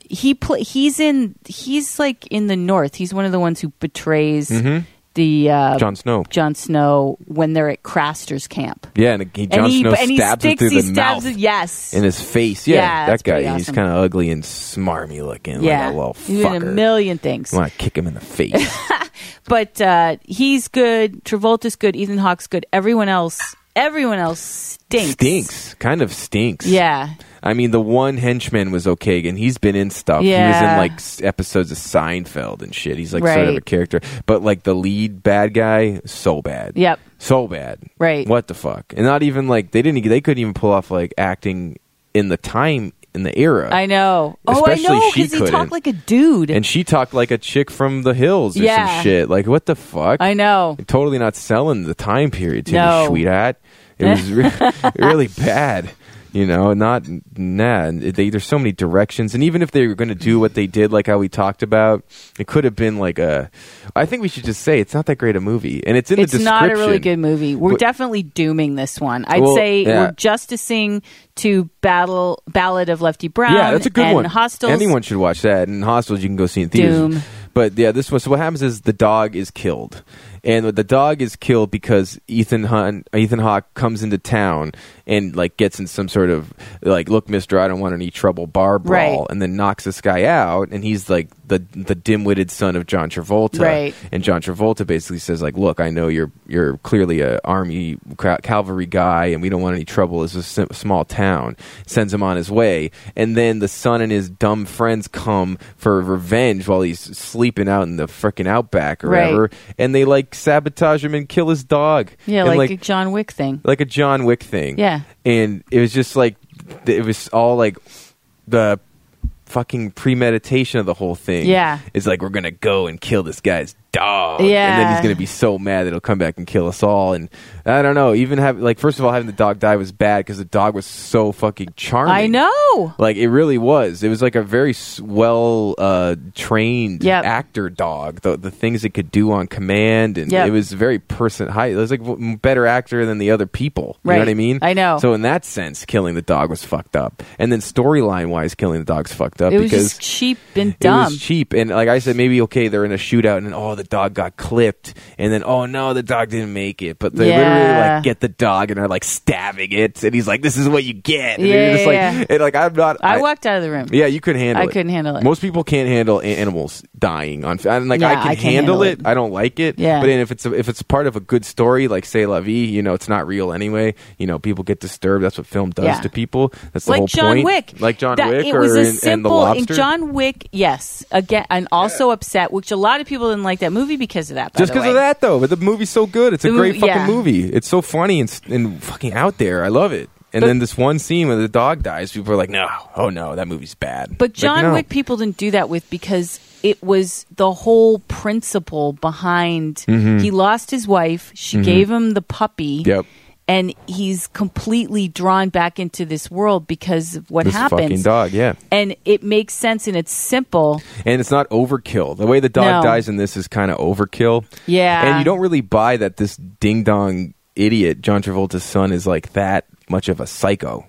[SPEAKER 1] he pl- he's in he's like in the north. He's one of the ones who betrays the uh,
[SPEAKER 2] Mm-hmm. Jon Snow.
[SPEAKER 1] Jon Snow when they're at Craster's camp.
[SPEAKER 2] Yeah, and he, Jon Snow
[SPEAKER 1] and he
[SPEAKER 2] stabs him
[SPEAKER 1] sticks,
[SPEAKER 2] through
[SPEAKER 1] he
[SPEAKER 2] the
[SPEAKER 1] stabs
[SPEAKER 2] mouth
[SPEAKER 1] it. Yes.
[SPEAKER 2] in his face. Yeah,
[SPEAKER 1] Yeah, that's
[SPEAKER 2] that guy.
[SPEAKER 1] pretty
[SPEAKER 2] He's
[SPEAKER 1] awesome.
[SPEAKER 2] kind of ugly and smarmy looking.
[SPEAKER 1] yeah.
[SPEAKER 2] like a little
[SPEAKER 1] He did a
[SPEAKER 2] fucker.
[SPEAKER 1] million things.
[SPEAKER 2] Want to kick him in the face?
[SPEAKER 1] But uh, he's good. Travolta's good. Ethan Hawke's good. Everyone else, everyone else stinks.
[SPEAKER 2] stinks. Kind of stinks.
[SPEAKER 1] Yeah.
[SPEAKER 2] I mean, the one henchman was okay, and he's been in stuff. He was
[SPEAKER 1] Yeah.
[SPEAKER 2] in like s- episodes of Seinfeld and shit. He's like sort of a
[SPEAKER 1] Right.
[SPEAKER 2] character, but like the lead bad guy, so bad.
[SPEAKER 1] Yep.
[SPEAKER 2] so bad.
[SPEAKER 1] Right.
[SPEAKER 2] What the fuck? And not even like they didn't. e, They couldn't even pull off like acting in the time in the era.
[SPEAKER 1] I know. Oh, I
[SPEAKER 2] Especially
[SPEAKER 1] know
[SPEAKER 2] she
[SPEAKER 1] because he talked
[SPEAKER 2] couldn't.
[SPEAKER 1] like a dude.
[SPEAKER 2] and she talked like a chick from the hills or
[SPEAKER 1] Yeah.
[SPEAKER 2] some shit. Like what the fuck?
[SPEAKER 1] I know.
[SPEAKER 2] totally not selling the time period to
[SPEAKER 1] No.
[SPEAKER 2] you, sweetheart. It was re- really bad. You know, not nah. and They, there's so many directions, and even if they were going to do what they did, like how we talked about, it could have been like a. I think we should just say it's not that great a movie, and it's in
[SPEAKER 1] It's
[SPEAKER 2] the
[SPEAKER 1] not
[SPEAKER 2] description.
[SPEAKER 1] a really good movie. We're
[SPEAKER 2] But-
[SPEAKER 1] definitely dooming this one. I'd
[SPEAKER 2] Well,
[SPEAKER 1] say
[SPEAKER 2] yeah.
[SPEAKER 1] we're justicing to Battle Ballad of Lefty Brown.
[SPEAKER 2] Yeah, that's a good
[SPEAKER 1] and
[SPEAKER 2] one.
[SPEAKER 1] Hostels.
[SPEAKER 2] Anyone should watch that. And Hostels, you can go see in theaters.
[SPEAKER 1] Doom.
[SPEAKER 2] But yeah, this one. So what happens is the dog is killed, and the dog is killed because Ethan Hunt, Ethan Hawke comes into town and like gets in some sort of like, look, Mister, I don't want any trouble, bar brawl,
[SPEAKER 1] Right.
[SPEAKER 2] and then knocks this guy out, and he's like the the dim witted son of John Travolta,
[SPEAKER 1] Right.
[SPEAKER 2] And John Travolta basically says like, look, I know you're you're clearly a army ca- cavalry guy, and we don't want any trouble. It's a sim- small town. Sends him on his way, and then the son and his dumb friends come for revenge while he's sleeping out in the frickin' outback or
[SPEAKER 1] Right.
[SPEAKER 2] whatever, and they like sabotage him and kill his dog.
[SPEAKER 1] Yeah,
[SPEAKER 2] And,
[SPEAKER 1] like, a John Wick thing.
[SPEAKER 2] like a John Wick thing.
[SPEAKER 1] Yeah.
[SPEAKER 2] And it was just like th- it was all like the fucking premeditation of the whole thing.
[SPEAKER 1] Yeah.
[SPEAKER 2] It's like we're going to go and kill this guy's dog and then
[SPEAKER 1] Yeah.
[SPEAKER 2] he's going to be so mad that he'll come back and kill us all and I don't know, even have like first of all having the dog die was bad cuz the dog was so fucking charming.
[SPEAKER 1] I know.
[SPEAKER 2] Like it really was. It was like a very s- well uh, trained
[SPEAKER 1] Yep.
[SPEAKER 2] actor dog. The, the things it could do on command, and
[SPEAKER 1] Yep.
[SPEAKER 2] it was very person high. It was like w- better actor than the other people. You
[SPEAKER 1] Right.
[SPEAKER 2] know what I mean?
[SPEAKER 1] I know.
[SPEAKER 2] So in that sense, killing the dog was fucked up, and then storyline wise, killing the dog's fucked up
[SPEAKER 1] It was
[SPEAKER 2] uh, because
[SPEAKER 1] just cheap and
[SPEAKER 2] it
[SPEAKER 1] dumb.
[SPEAKER 2] was cheap, and like I said, maybe okay, they're in a shootout, and then, oh, the dog got clipped, and then oh no, the dog didn't make it. But they literally
[SPEAKER 1] Yeah.
[SPEAKER 2] like get the dog and are like stabbing it, and he's like, "This is what you get." And
[SPEAKER 1] Yeah,
[SPEAKER 2] you're just
[SPEAKER 1] yeah, yeah.
[SPEAKER 2] like, and like I'm not.
[SPEAKER 1] I, walked out of the room.
[SPEAKER 2] Yeah, you couldn't handle
[SPEAKER 1] I
[SPEAKER 2] it.
[SPEAKER 1] couldn't handle it.
[SPEAKER 2] Most people can't handle a- animals dying on. I, like
[SPEAKER 1] Yeah,
[SPEAKER 2] I can
[SPEAKER 1] I can't handle
[SPEAKER 2] handle it.
[SPEAKER 1] it.
[SPEAKER 2] I don't like it.
[SPEAKER 1] Yeah.
[SPEAKER 2] But then if it's a, if it's part of a good story, like say La Vie, you know, it's not real anyway. You know, people get disturbed. That's what film does
[SPEAKER 1] Yeah.
[SPEAKER 2] to people. That's the
[SPEAKER 1] Like
[SPEAKER 2] whole
[SPEAKER 1] John
[SPEAKER 2] point.
[SPEAKER 1] Wick,
[SPEAKER 2] Like John
[SPEAKER 1] That-
[SPEAKER 2] Wick,
[SPEAKER 1] it
[SPEAKER 2] or
[SPEAKER 1] was
[SPEAKER 2] in,
[SPEAKER 1] a
[SPEAKER 2] and the
[SPEAKER 1] simple. in
[SPEAKER 2] Lobster.
[SPEAKER 1] John Wick, yes, again, and also upset, which a lot of people didn't like that movie because of that. By
[SPEAKER 2] Just
[SPEAKER 1] because
[SPEAKER 2] because of that, though. But the movie's so good. It's a
[SPEAKER 1] The
[SPEAKER 2] great
[SPEAKER 1] movie- yeah.
[SPEAKER 2] fucking movie. It's so funny and, s- and fucking out there. I love it. And
[SPEAKER 1] But-
[SPEAKER 2] then this one scene where the dog dies, people are like, no, oh no, that movie's bad.
[SPEAKER 1] But
[SPEAKER 2] Like,
[SPEAKER 1] John
[SPEAKER 2] no.
[SPEAKER 1] Wick people didn't do that with because it was the whole principle behind he lost his wife, she gave him the puppy.
[SPEAKER 2] Mm-hmm. Yep.
[SPEAKER 1] And he's completely drawn back into this world because of what
[SPEAKER 2] This fucking
[SPEAKER 1] happens.
[SPEAKER 2] dog, yeah.
[SPEAKER 1] And it makes sense and it's simple.
[SPEAKER 2] and it's not overkill. The way the dog
[SPEAKER 1] No.
[SPEAKER 2] dies in this is kind of overkill.
[SPEAKER 1] Yeah.
[SPEAKER 2] and you don't really buy that this ding dong idiot John Travolta's son is like that much of a psycho.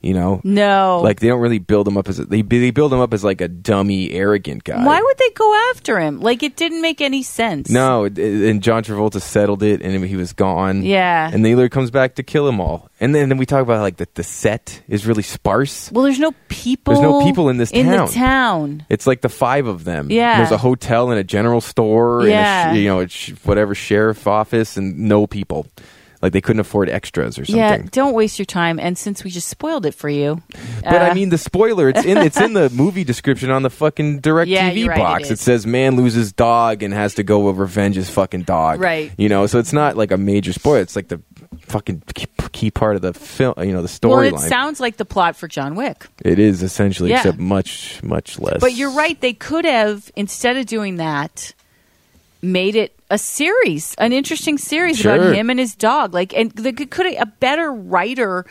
[SPEAKER 2] You know,
[SPEAKER 1] No.
[SPEAKER 2] like they don't really build him up as a, they they build him up as like a dummy, arrogant guy.
[SPEAKER 1] why would they go after him? Like it didn't make any sense.
[SPEAKER 2] No, it- it- and John Travolta settled it, and he was gone.
[SPEAKER 1] Yeah.
[SPEAKER 2] and then he comes back to kill them all, and then, then we talk about like the, the set is really sparse.
[SPEAKER 1] Well, there's no people.
[SPEAKER 2] There's no people in this
[SPEAKER 1] in
[SPEAKER 2] town.
[SPEAKER 1] the town.
[SPEAKER 2] It's like the five of them.
[SPEAKER 1] Yeah.
[SPEAKER 2] there's a hotel and a general store,
[SPEAKER 1] Yeah.
[SPEAKER 2] and a sh- you know, a sh- whatever sheriff office, and no people. Like they couldn't afford extras or something.
[SPEAKER 1] Yeah, don't waste your time. And since we just spoiled it for you, uh,
[SPEAKER 2] But I mean, the spoiler. It's in. It's in the movie description on the fucking direct
[SPEAKER 1] Yeah,
[SPEAKER 2] TV
[SPEAKER 1] you're right, it
[SPEAKER 2] box.
[SPEAKER 1] is.
[SPEAKER 2] it says man loses dog and has to go revenge his fucking dog.
[SPEAKER 1] Right.
[SPEAKER 2] You know, so it's not like a major spoiler. It's like the fucking key- key part of the film. You know, the
[SPEAKER 1] well, it
[SPEAKER 2] storyline.
[SPEAKER 1] sounds like the plot for John Wick.
[SPEAKER 2] it is essentially,
[SPEAKER 1] Yeah.
[SPEAKER 2] except much, much less.
[SPEAKER 1] But you're right. They could have, instead of doing that, made it a series, an interesting series
[SPEAKER 2] Sure.
[SPEAKER 1] about him and his dog. Like, and they could, could a better writer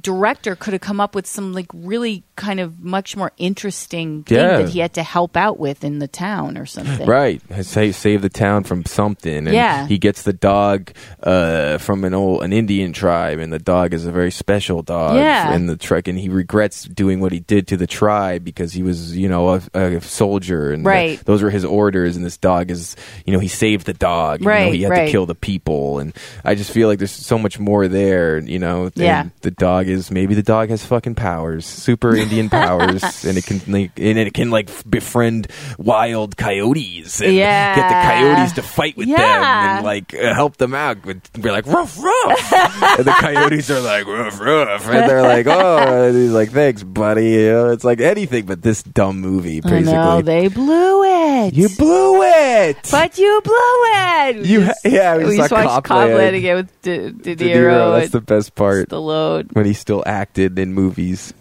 [SPEAKER 1] director could have come up with some like really kind of much more interesting thing
[SPEAKER 2] Yeah.
[SPEAKER 1] that he had to help out with in the town or something.
[SPEAKER 2] Right, save save the town from something. And
[SPEAKER 1] Yeah.
[SPEAKER 2] he gets the dog uh, from an old an Indian tribe, and the dog is a very special dog.
[SPEAKER 1] Yeah.
[SPEAKER 2] and the truck, and he regrets doing what he did to the tribe because he was, you know, a, a soldier, and the-
[SPEAKER 1] Right.
[SPEAKER 2] those were his orders. And this dog is, you know, he saved the dog. You know,
[SPEAKER 1] Right,
[SPEAKER 2] he had
[SPEAKER 1] right.
[SPEAKER 2] to kill the people, and I just feel like there's so much more there. You know, and
[SPEAKER 1] Yeah.
[SPEAKER 2] the dog is maybe the dog has fucking powers, super Indian powers, and it can like, and it can like befriend wild coyotes and
[SPEAKER 1] Yeah.
[SPEAKER 2] get the coyotes to fight with them
[SPEAKER 1] Yeah.
[SPEAKER 2] and like uh, help them out. With, we're like ruff ruff, and the coyotes are like ruff ruff, and they're like oh, and he's like thanks, buddy. You know, it's like anything but this dumb movie,
[SPEAKER 1] I
[SPEAKER 2] basically.
[SPEAKER 1] know they blew it.
[SPEAKER 2] you blew it.
[SPEAKER 1] but you blew it. We
[SPEAKER 2] You-
[SPEAKER 1] just-
[SPEAKER 2] yeah, we
[SPEAKER 1] we
[SPEAKER 2] saw
[SPEAKER 1] just watched
[SPEAKER 2] Copland.
[SPEAKER 1] Copland again with D- De
[SPEAKER 2] De Niro,
[SPEAKER 1] Niro
[SPEAKER 2] that's the best part
[SPEAKER 1] and Stallone.
[SPEAKER 2] when he still acted in movies.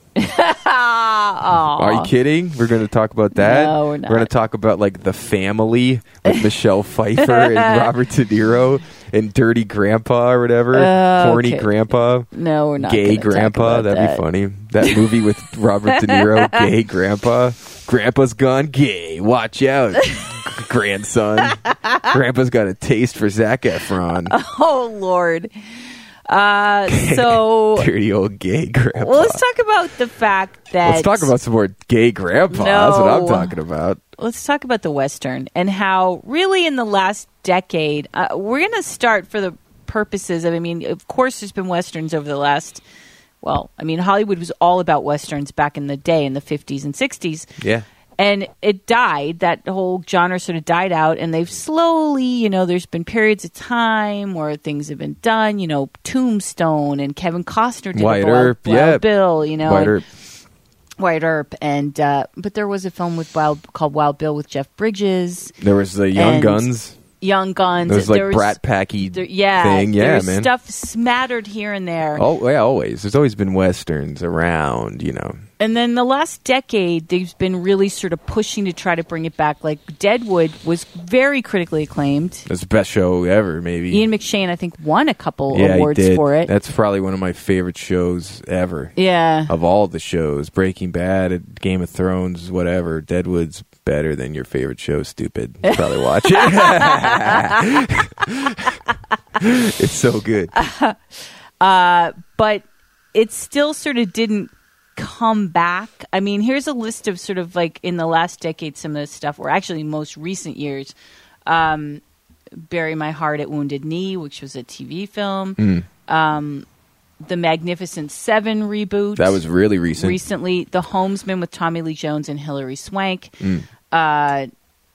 [SPEAKER 1] Ah,
[SPEAKER 2] Are
[SPEAKER 1] aw.
[SPEAKER 2] you kidding? We're going to talk about that.
[SPEAKER 1] No, we're not.
[SPEAKER 2] going to talk about like the family with Michelle Pfeiffer and Robert De Niro and Dirty Grandpa or whatever,
[SPEAKER 1] Uh,
[SPEAKER 2] horny
[SPEAKER 1] okay.
[SPEAKER 2] grandpa,
[SPEAKER 1] No, we're not. gonna
[SPEAKER 2] gay
[SPEAKER 1] talk
[SPEAKER 2] grandpa.
[SPEAKER 1] about
[SPEAKER 2] That'd
[SPEAKER 1] that.
[SPEAKER 2] be funny. That movie with Robert De Niro, gay grandpa. Grandpa's gone gay. Watch out, grandson. Grandpa's got a taste for Zac Efron.
[SPEAKER 1] Oh Lord. Uh, so
[SPEAKER 2] Dirty old gay grandpa.
[SPEAKER 1] well, let's talk about the fact that
[SPEAKER 2] Let's talk about some more gay grandpa. That's what I'm
[SPEAKER 1] No.
[SPEAKER 2] talking about.
[SPEAKER 1] let's talk about the western and how really in the last decade uh, we're going to start for the purposes of I mean, of course, there's been westerns over the last. Well, I mean, Hollywood was all about westerns back in the day in the 50s and 60s.
[SPEAKER 2] Yeah.
[SPEAKER 1] and it died that whole genre sort of died out and they've slowly you know there's been periods of time where things have been done you know tombstone and kevin costner did
[SPEAKER 2] Wyatt
[SPEAKER 1] Wild,
[SPEAKER 2] Earp,
[SPEAKER 1] Wild
[SPEAKER 2] yeah.
[SPEAKER 1] bill you know
[SPEAKER 2] Wyatt
[SPEAKER 1] and-
[SPEAKER 2] Earp.
[SPEAKER 1] Wyatt Earp, and uh, but there was a film with wild called wild bill with jeff bridges
[SPEAKER 2] There was the Young
[SPEAKER 1] And
[SPEAKER 2] Guns.
[SPEAKER 1] young guns
[SPEAKER 2] There was like
[SPEAKER 1] there was-
[SPEAKER 2] Brat Packy
[SPEAKER 1] there- yeah
[SPEAKER 2] thing.
[SPEAKER 1] there
[SPEAKER 2] Yeah,
[SPEAKER 1] was
[SPEAKER 2] man.
[SPEAKER 1] stuff smattered here and there
[SPEAKER 2] Oh yeah, always. There's always been westerns around, you know.
[SPEAKER 1] And then the last decade, they've been really sort of pushing to try to bring it back. Like Deadwood was very critically acclaimed.
[SPEAKER 2] It's the best show ever, maybe.
[SPEAKER 1] Ian McShane, I think, won a couple
[SPEAKER 2] yeah, he
[SPEAKER 1] awards
[SPEAKER 2] did.
[SPEAKER 1] for it.
[SPEAKER 2] That's probably one of my favorite shows ever.
[SPEAKER 1] yeah.
[SPEAKER 2] Of all the shows, Breaking Bad, Game of Thrones, whatever, Deadwood's better than your favorite show. Stupid, You probably watch it. it's so good.
[SPEAKER 1] But it still sort of didn't come back. I mean, here's a list of sort of like in the last decade, some of the stuff, or actually most recent years. Um, Bury My Heart at Wounded Knee, which was a TV film.
[SPEAKER 2] Hmm.
[SPEAKER 1] Um, the Magnificent Seven reboot.
[SPEAKER 2] That was really recent.
[SPEAKER 1] recently the homesman with tommy lee jones and hilary swank
[SPEAKER 2] Hmm.
[SPEAKER 1] uh,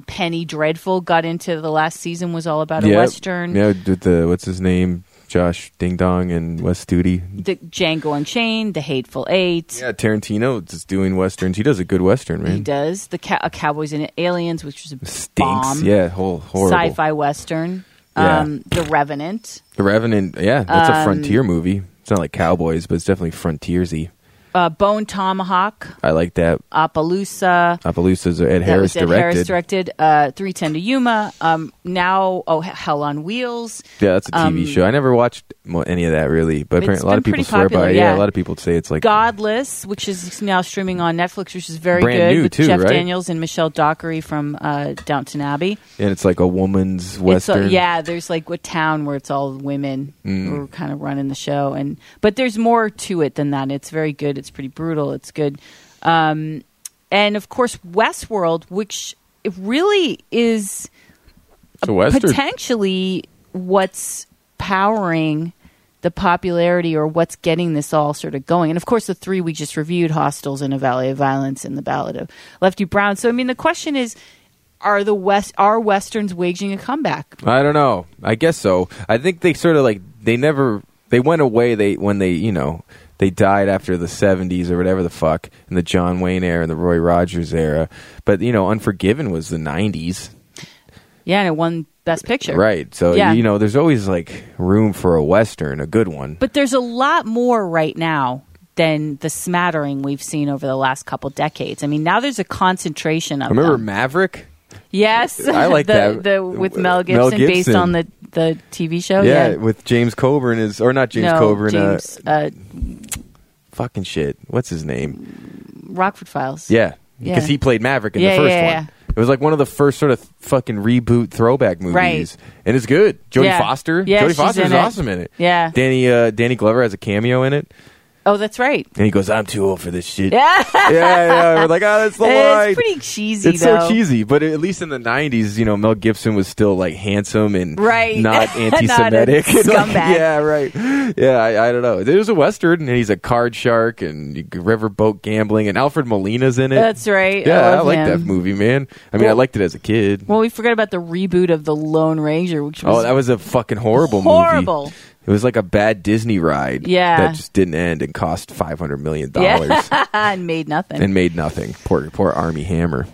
[SPEAKER 1] penny dreadful got into the last season was all about a
[SPEAKER 2] Yep.
[SPEAKER 1] western
[SPEAKER 2] Yeah, with the what's his name, Josh Ding Dong and Wes Studi.
[SPEAKER 1] the django unchained the hateful eight
[SPEAKER 2] Yeah, Tarantino just doing westerns. He does a good western, man.
[SPEAKER 1] he does the Cow- cowboys and aliens which was a
[SPEAKER 2] Stinks.
[SPEAKER 1] bomb
[SPEAKER 2] Yeah, whole horrible.
[SPEAKER 1] sci-fi western
[SPEAKER 2] Yeah.
[SPEAKER 1] um, the revenant
[SPEAKER 2] The Revenant. Yeah, that's
[SPEAKER 1] Um,
[SPEAKER 2] a frontier movie. It's not like cowboys, but it's definitely frontiersy.
[SPEAKER 1] uh, bone tomahawk
[SPEAKER 2] I like that.
[SPEAKER 1] appaloosa
[SPEAKER 2] Appaloosa's Ed
[SPEAKER 1] that
[SPEAKER 2] Harris
[SPEAKER 1] was Ed
[SPEAKER 2] directed.
[SPEAKER 1] Harris directed uh, 310 to Yuma. Um, now, oh, H- Hell on Wheels.
[SPEAKER 2] Yeah, that's a TV
[SPEAKER 1] Um,
[SPEAKER 2] show. I never watched mo- any of that really, but
[SPEAKER 1] It's
[SPEAKER 2] apparently a lot of
[SPEAKER 1] been
[SPEAKER 2] people
[SPEAKER 1] pretty
[SPEAKER 2] swear by.
[SPEAKER 1] popular,
[SPEAKER 2] it. yeah,
[SPEAKER 1] yeah.
[SPEAKER 2] a lot of people say it's like
[SPEAKER 1] Godless, which is now streaming on Netflix, which is very
[SPEAKER 2] Brand
[SPEAKER 1] good
[SPEAKER 2] new,
[SPEAKER 1] with
[SPEAKER 2] too,
[SPEAKER 1] Jeff
[SPEAKER 2] right?
[SPEAKER 1] Daniels and Michelle Dockery from uh, Downton Abbey.
[SPEAKER 2] and it's like a woman's
[SPEAKER 1] It's a,
[SPEAKER 2] western. Mm.
[SPEAKER 1] yeah, there's like a town where it's all women who are kind of running the show, and but there's more to it than that. It's very good. It's pretty brutal. It's good. Um, and of course, Westworld, which it really is
[SPEAKER 2] It's a Western.
[SPEAKER 1] potentially what's powering the popularity or what's getting this all sort of going. And of course, the three we just reviewed Hostels in a Valley of Violence and The Ballad of Lefty Brown. So, I mean, the question is. Are the West are Westerns waging a comeback?
[SPEAKER 2] I don't know. I guess so. I think they sort of like they never they went away. They when they you know they died after the seventies or whatever the fuck in the John Wayne era and the Roy Rogers era. But you know, Unforgiven was the nineties,
[SPEAKER 1] Yeah, and it won Best Picture.
[SPEAKER 2] right? So
[SPEAKER 1] Yeah.
[SPEAKER 2] you know, there's always like room for a western, a good one.
[SPEAKER 1] But there's a lot more right now than the smattering we've seen over the last couple decades. I mean, now there's a concentration of
[SPEAKER 2] Remember
[SPEAKER 1] them.
[SPEAKER 2] Maverick?
[SPEAKER 1] Yes,
[SPEAKER 2] I like
[SPEAKER 1] the,
[SPEAKER 2] that.
[SPEAKER 1] the with Mel Gibson,
[SPEAKER 2] Mel
[SPEAKER 1] based
[SPEAKER 2] Gibson.
[SPEAKER 1] on the the TV show.
[SPEAKER 2] Yeah, with James Coburn is or not James
[SPEAKER 1] Oh, no,
[SPEAKER 2] Coburn.
[SPEAKER 1] James
[SPEAKER 2] Uh,
[SPEAKER 1] uh,
[SPEAKER 2] fucking shit. What's his name?
[SPEAKER 1] Rockford Files.
[SPEAKER 2] Yeah,
[SPEAKER 1] Yeah.
[SPEAKER 2] because he played Maverick in
[SPEAKER 1] Yeah,
[SPEAKER 2] the first
[SPEAKER 1] yeah,
[SPEAKER 2] one. It was like one of the first sort of fucking reboot throwback movies,
[SPEAKER 1] Right.
[SPEAKER 2] and it's good. Jodie
[SPEAKER 1] Yeah.
[SPEAKER 2] Foster,
[SPEAKER 1] Yeah,
[SPEAKER 2] Jodie
[SPEAKER 1] she's
[SPEAKER 2] Foster
[SPEAKER 1] in
[SPEAKER 2] is
[SPEAKER 1] it.
[SPEAKER 2] awesome in it.
[SPEAKER 1] Yeah.
[SPEAKER 2] Danny uh, Danny Glover has a cameo in it,
[SPEAKER 1] Oh, that's right.
[SPEAKER 2] and he goes, "I'm too old for this shit."
[SPEAKER 1] Yeah,
[SPEAKER 2] yeah, yeah. We're like, "Oh, that's the line."
[SPEAKER 1] it's pretty cheesy.
[SPEAKER 2] It's
[SPEAKER 1] though.
[SPEAKER 2] so cheesy, but at least in the '90s, you know, Mel Gibson was still like handsome and
[SPEAKER 1] Right.
[SPEAKER 2] not
[SPEAKER 1] Not a
[SPEAKER 2] anti-Semitic. Like,
[SPEAKER 1] scumbag.
[SPEAKER 2] yeah, right. Yeah, I, I don't know. There's a western, and he's a card shark and riverboat gambling, and Alfred Molina's in it.
[SPEAKER 1] That's right.
[SPEAKER 2] yeah, I,
[SPEAKER 1] love
[SPEAKER 2] like that
[SPEAKER 1] him.
[SPEAKER 2] movie, man. I mean, I
[SPEAKER 1] Well-
[SPEAKER 2] liked it as a kid.
[SPEAKER 1] Well, we forgot about the reboot of the Lone Ranger, which was
[SPEAKER 2] Oh, that was a fucking horrible,
[SPEAKER 1] horrible.
[SPEAKER 2] movie. It was like a bad Disney ride.
[SPEAKER 1] Yeah.
[SPEAKER 2] that just didn't end and cost five hundred million dollars.
[SPEAKER 1] Yeah, and made nothing.
[SPEAKER 2] and made nothing. Poor, poor Army Hammer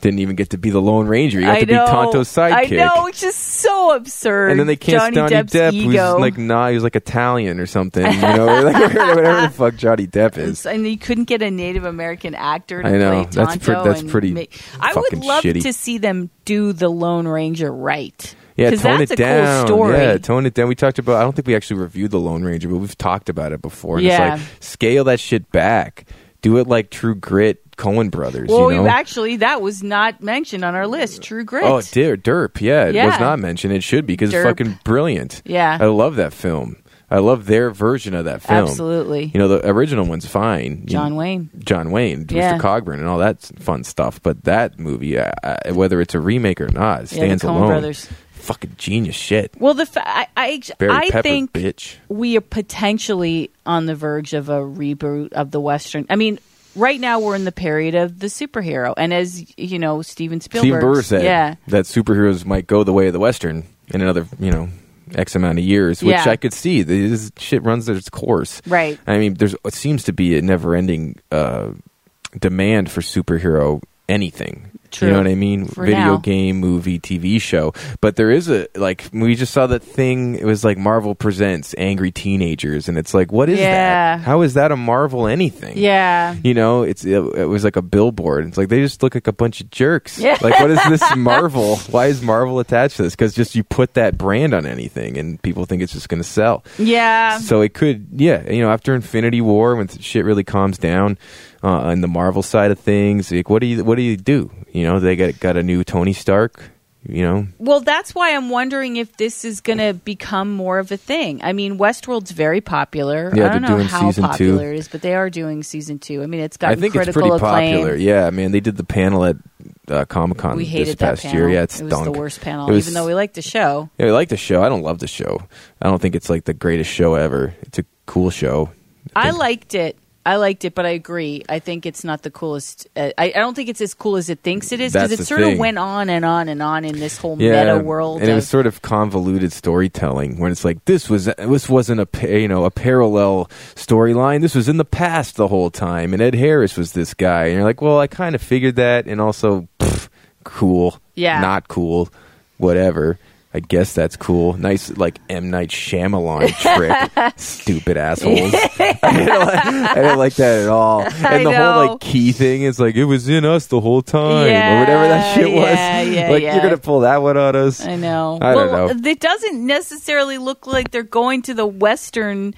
[SPEAKER 2] didn't even get to be the Lone Ranger. He got
[SPEAKER 1] I
[SPEAKER 2] to
[SPEAKER 1] know,
[SPEAKER 2] be Tonto's sidekick.
[SPEAKER 1] I know, which is so absurd.
[SPEAKER 2] And then they cast
[SPEAKER 1] Johnny
[SPEAKER 2] Johnny
[SPEAKER 1] Depp's
[SPEAKER 2] Depp,
[SPEAKER 1] ego.
[SPEAKER 2] who's like, nah, he was like Italian or something. You know, like, whatever the fuck Johnny Depp is.
[SPEAKER 1] and you couldn't get a Native American actor to
[SPEAKER 2] I know.
[SPEAKER 1] play
[SPEAKER 2] That's pre-
[SPEAKER 1] Tonto
[SPEAKER 2] that's
[SPEAKER 1] and
[SPEAKER 2] pretty
[SPEAKER 1] make- I would
[SPEAKER 2] fucking
[SPEAKER 1] love
[SPEAKER 2] shitty.
[SPEAKER 1] to see them do the Lone Ranger right.
[SPEAKER 2] Yeah,
[SPEAKER 1] 'Cause
[SPEAKER 2] tone
[SPEAKER 1] that's
[SPEAKER 2] it
[SPEAKER 1] a
[SPEAKER 2] down.
[SPEAKER 1] cool story.
[SPEAKER 2] Yeah, tone it down. We talked about. I don't think we actually reviewed the Lone Ranger, but we've talked about it before. And
[SPEAKER 1] Yeah.
[SPEAKER 2] it's like scale that shit back. Do it like True Grit, Cohen Brothers.
[SPEAKER 1] well,
[SPEAKER 2] you
[SPEAKER 1] we
[SPEAKER 2] know?
[SPEAKER 1] actually that was not mentioned on our list. True Grit.
[SPEAKER 2] Oh, dear, Derp. Yeah, it
[SPEAKER 1] Yeah.
[SPEAKER 2] was not mentioned. It should be because
[SPEAKER 1] Derp.
[SPEAKER 2] it's fucking brilliant.
[SPEAKER 1] Yeah.
[SPEAKER 2] I love that film. I love their version of that film.
[SPEAKER 1] absolutely.
[SPEAKER 2] You know, the original one's fine. You-
[SPEAKER 1] John Wayne.
[SPEAKER 2] John Wayne,
[SPEAKER 1] Yeah.
[SPEAKER 2] Mr. Cogburn, and all that s- fun stuff. But that movie, uh, uh, whether it's a remake or not, it
[SPEAKER 1] Yeah, the
[SPEAKER 2] stands
[SPEAKER 1] Coen
[SPEAKER 2] alone.
[SPEAKER 1] brothers.
[SPEAKER 2] Fucking genius shit.
[SPEAKER 1] Well, the fa- I I,
[SPEAKER 2] Barry
[SPEAKER 1] I
[SPEAKER 2] Pepper,
[SPEAKER 1] think
[SPEAKER 2] bitch.
[SPEAKER 1] we are potentially on the verge of a reboot of the western. I mean, right now we're in the period of the superhero, and as you know, Steven
[SPEAKER 2] Steve
[SPEAKER 1] Spielberg.
[SPEAKER 2] Burr said
[SPEAKER 1] "Yeah,
[SPEAKER 2] that superheroes might go the way of the Western in another, you know, X amount of years, which
[SPEAKER 1] Yeah.
[SPEAKER 2] I could see. This shit runs its course.
[SPEAKER 1] Right.
[SPEAKER 2] I mean, there's it seems to be a never ending uh, demand for superhero anything.
[SPEAKER 1] True.
[SPEAKER 2] You know what I mean?
[SPEAKER 1] For
[SPEAKER 2] Video
[SPEAKER 1] now.
[SPEAKER 2] game, movie, TV show. But there is a like we just saw that thing. It was like Marvel presents Angry Teenagers, and it's like, what is
[SPEAKER 1] Yeah.
[SPEAKER 2] that? How is that a Marvel anything?
[SPEAKER 1] yeah."
[SPEAKER 2] you know it's it, it was like a billboard it's like they just look like a bunch of jerks
[SPEAKER 1] Yeah.
[SPEAKER 2] like what is this marvel why is marvel attached to this because just you put that brand on anything and people think it's just going to sell
[SPEAKER 1] Yeah.
[SPEAKER 2] so it could yeah you know after infinity war when shit really calms down uh, on the marvel side of things like what do you what do you do you know they got got a new tony stark you know
[SPEAKER 1] Well, that's why I'm wondering if this is going to become more of a thing. I mean, Westworld's very popular. I
[SPEAKER 2] Yeah,
[SPEAKER 1] don't
[SPEAKER 2] they're
[SPEAKER 1] know
[SPEAKER 2] doing
[SPEAKER 1] how
[SPEAKER 2] season two.
[SPEAKER 1] popular it is, but they are doing season two. I mean, it's gotten
[SPEAKER 2] I think it's
[SPEAKER 1] critical
[SPEAKER 2] pretty
[SPEAKER 1] acclaim.
[SPEAKER 2] popular. Yeah, man, they did the panel at uh, Comic Con
[SPEAKER 1] We
[SPEAKER 2] this
[SPEAKER 1] hated that
[SPEAKER 2] past
[SPEAKER 1] panel.
[SPEAKER 2] year. Yeah, it's
[SPEAKER 1] it was
[SPEAKER 2] stunk.
[SPEAKER 1] the worst panel,
[SPEAKER 2] It was-
[SPEAKER 1] even though we liked the show.
[SPEAKER 2] Yeah, I like the show. I don't love the show. I don't think it's like the greatest show ever. It's a cool show.
[SPEAKER 1] I liked it. I liked it, but I agree. I think it's not the coolest. Uh, I, I don't think it's as cool as it thinks it is because
[SPEAKER 2] That's
[SPEAKER 1] it
[SPEAKER 2] the
[SPEAKER 1] sort of
[SPEAKER 2] thing.
[SPEAKER 1] went on and on and on in this whole
[SPEAKER 2] Yeah,
[SPEAKER 1] meta world.
[SPEAKER 2] and it
[SPEAKER 1] of-
[SPEAKER 2] was sort of convoluted storytelling when it's like this was this wasn't a pa- you know a parallel storyline. This was in the past the whole time, and Ed Harris was this guy, and you're like, well, I kind of figured that, and also pff, cool,
[SPEAKER 1] Yeah.
[SPEAKER 2] not cool, whatever. I guess that's cool. Nice, like M Night Shyamalan trick. Stupid assholes. I, didn't like, I didn't like that at all. And
[SPEAKER 1] I
[SPEAKER 2] the whole
[SPEAKER 1] know.
[SPEAKER 2] like key thing is like it was in us the whole time
[SPEAKER 1] Yeah,
[SPEAKER 2] or whatever that shit was.
[SPEAKER 1] yeah, yeah,
[SPEAKER 2] like
[SPEAKER 1] yeah.
[SPEAKER 2] you're gonna pull that one on us.
[SPEAKER 1] I know.
[SPEAKER 2] I
[SPEAKER 1] well,
[SPEAKER 2] don't know.
[SPEAKER 1] it doesn't necessarily look like they're going to the Western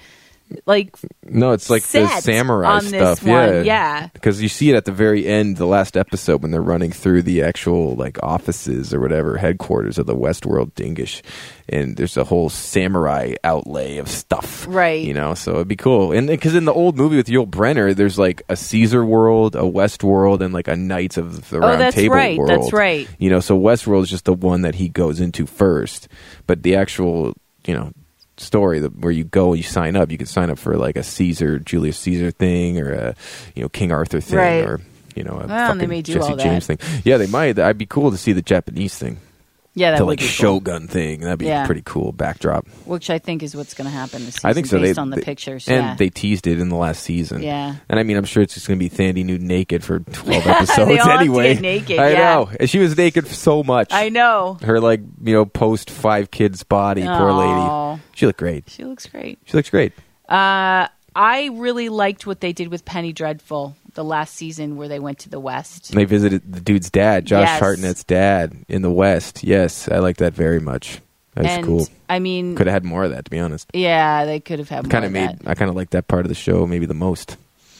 [SPEAKER 1] like
[SPEAKER 2] No, it's like the
[SPEAKER 1] set
[SPEAKER 2] samurai
[SPEAKER 1] on this
[SPEAKER 2] stuff.
[SPEAKER 1] one,
[SPEAKER 2] Yeah,
[SPEAKER 1] yeah.
[SPEAKER 2] Because you see it at the very end, the last episode, when they're running through the actual like offices or whatever headquarters of the Westworld Dingish, and there's a whole samurai outlay of stuff,
[SPEAKER 1] Right.
[SPEAKER 2] You know, so it'd be cool. And because in the old movie with Yul Brenner, there's like a Caesar world, a West world, and like a Knights of the Round
[SPEAKER 1] Oh, that's
[SPEAKER 2] Table
[SPEAKER 1] right,
[SPEAKER 2] world.
[SPEAKER 1] that's right.
[SPEAKER 2] You know, so Westworld is just the one that he goes into first, but the actual, you know, story that where you go and you sign up, you could sign up for like a Caesar, Julius Caesar thing, or a you know King Arthur thing,
[SPEAKER 1] Right.
[SPEAKER 2] or you know a
[SPEAKER 1] Well, and they
[SPEAKER 2] fucking
[SPEAKER 1] may do
[SPEAKER 2] Jesse
[SPEAKER 1] all that.
[SPEAKER 2] James thing. Yeah, they might. I'd be cool to see the Japanese thing,
[SPEAKER 1] yeah, that
[SPEAKER 2] the
[SPEAKER 1] would
[SPEAKER 2] like
[SPEAKER 1] be cool.
[SPEAKER 2] Shogun thing. That'd be
[SPEAKER 1] Yeah.
[SPEAKER 2] pretty cool backdrop.
[SPEAKER 1] which I think is what's going to happen this season,
[SPEAKER 2] I think so.
[SPEAKER 1] based
[SPEAKER 2] they,
[SPEAKER 1] on the
[SPEAKER 2] they-
[SPEAKER 1] pictures.
[SPEAKER 2] and
[SPEAKER 1] yeah.
[SPEAKER 2] they teased it in the last season.
[SPEAKER 1] Yeah.
[SPEAKER 2] and I mean, I'm sure it's just going to be Thandi nude naked for 12 episodes
[SPEAKER 1] all have to
[SPEAKER 2] anyway.
[SPEAKER 1] get naked,
[SPEAKER 2] I
[SPEAKER 1] yeah.
[SPEAKER 2] know, and she was naked so much.
[SPEAKER 1] I know.
[SPEAKER 2] her like you know post five kids body. Poor
[SPEAKER 1] Aw.
[SPEAKER 2] lady, she looked great.
[SPEAKER 1] She looks great.
[SPEAKER 2] She looks great.
[SPEAKER 1] Uh, I really liked what they did with Penny Dreadful the last season where they went to the West.
[SPEAKER 2] And they visited the dude's dad, Josh
[SPEAKER 1] Yes.
[SPEAKER 2] Hartnett's dad, in the West. Yes, I like that very much. That's
[SPEAKER 1] and
[SPEAKER 2] cool.
[SPEAKER 1] I mean,
[SPEAKER 2] Could have had more of that, to be honest.
[SPEAKER 1] yeah, they could have had more
[SPEAKER 2] Kind of
[SPEAKER 1] of
[SPEAKER 2] made.
[SPEAKER 1] that.
[SPEAKER 2] I kind of like that part of the show maybe the most.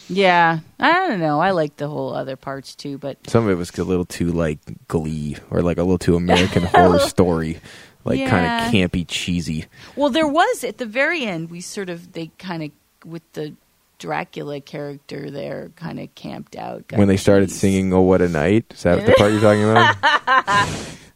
[SPEAKER 1] Yeah, I don't know. I like the whole other parts too, but
[SPEAKER 2] Some of it was a little too like Glee or like a little too American Horror Story, like
[SPEAKER 1] Yeah.
[SPEAKER 2] kind of campy, cheesy.
[SPEAKER 1] well, there was at the very end. We sort of they kind of with the Dracula character there kind of camped out got
[SPEAKER 2] when they started
[SPEAKER 1] teased.
[SPEAKER 2] singing "Oh What a Night," is that the part you're talking about?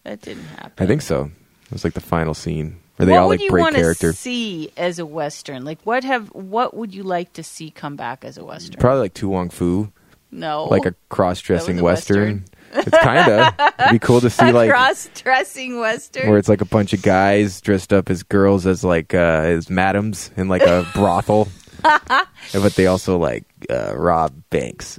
[SPEAKER 1] That didn't happen.
[SPEAKER 2] I think so. It was like the final scene where they
[SPEAKER 1] what
[SPEAKER 2] all
[SPEAKER 1] would
[SPEAKER 2] like
[SPEAKER 1] you
[SPEAKER 2] break
[SPEAKER 1] wanna
[SPEAKER 2] character.
[SPEAKER 1] see as a western? Like what have what would you like to see come back as a western?
[SPEAKER 2] Probably like Tu Wong Fu.
[SPEAKER 1] no,
[SPEAKER 2] like a cross-dressing
[SPEAKER 1] Oh, That was a
[SPEAKER 2] western. it's kind of. It'd be cool to see like
[SPEAKER 1] cross-dressing western.
[SPEAKER 2] where it's like a bunch of guys dressed up as girls as like uh, as madams in like a brothel, but they also like uh, rob banks.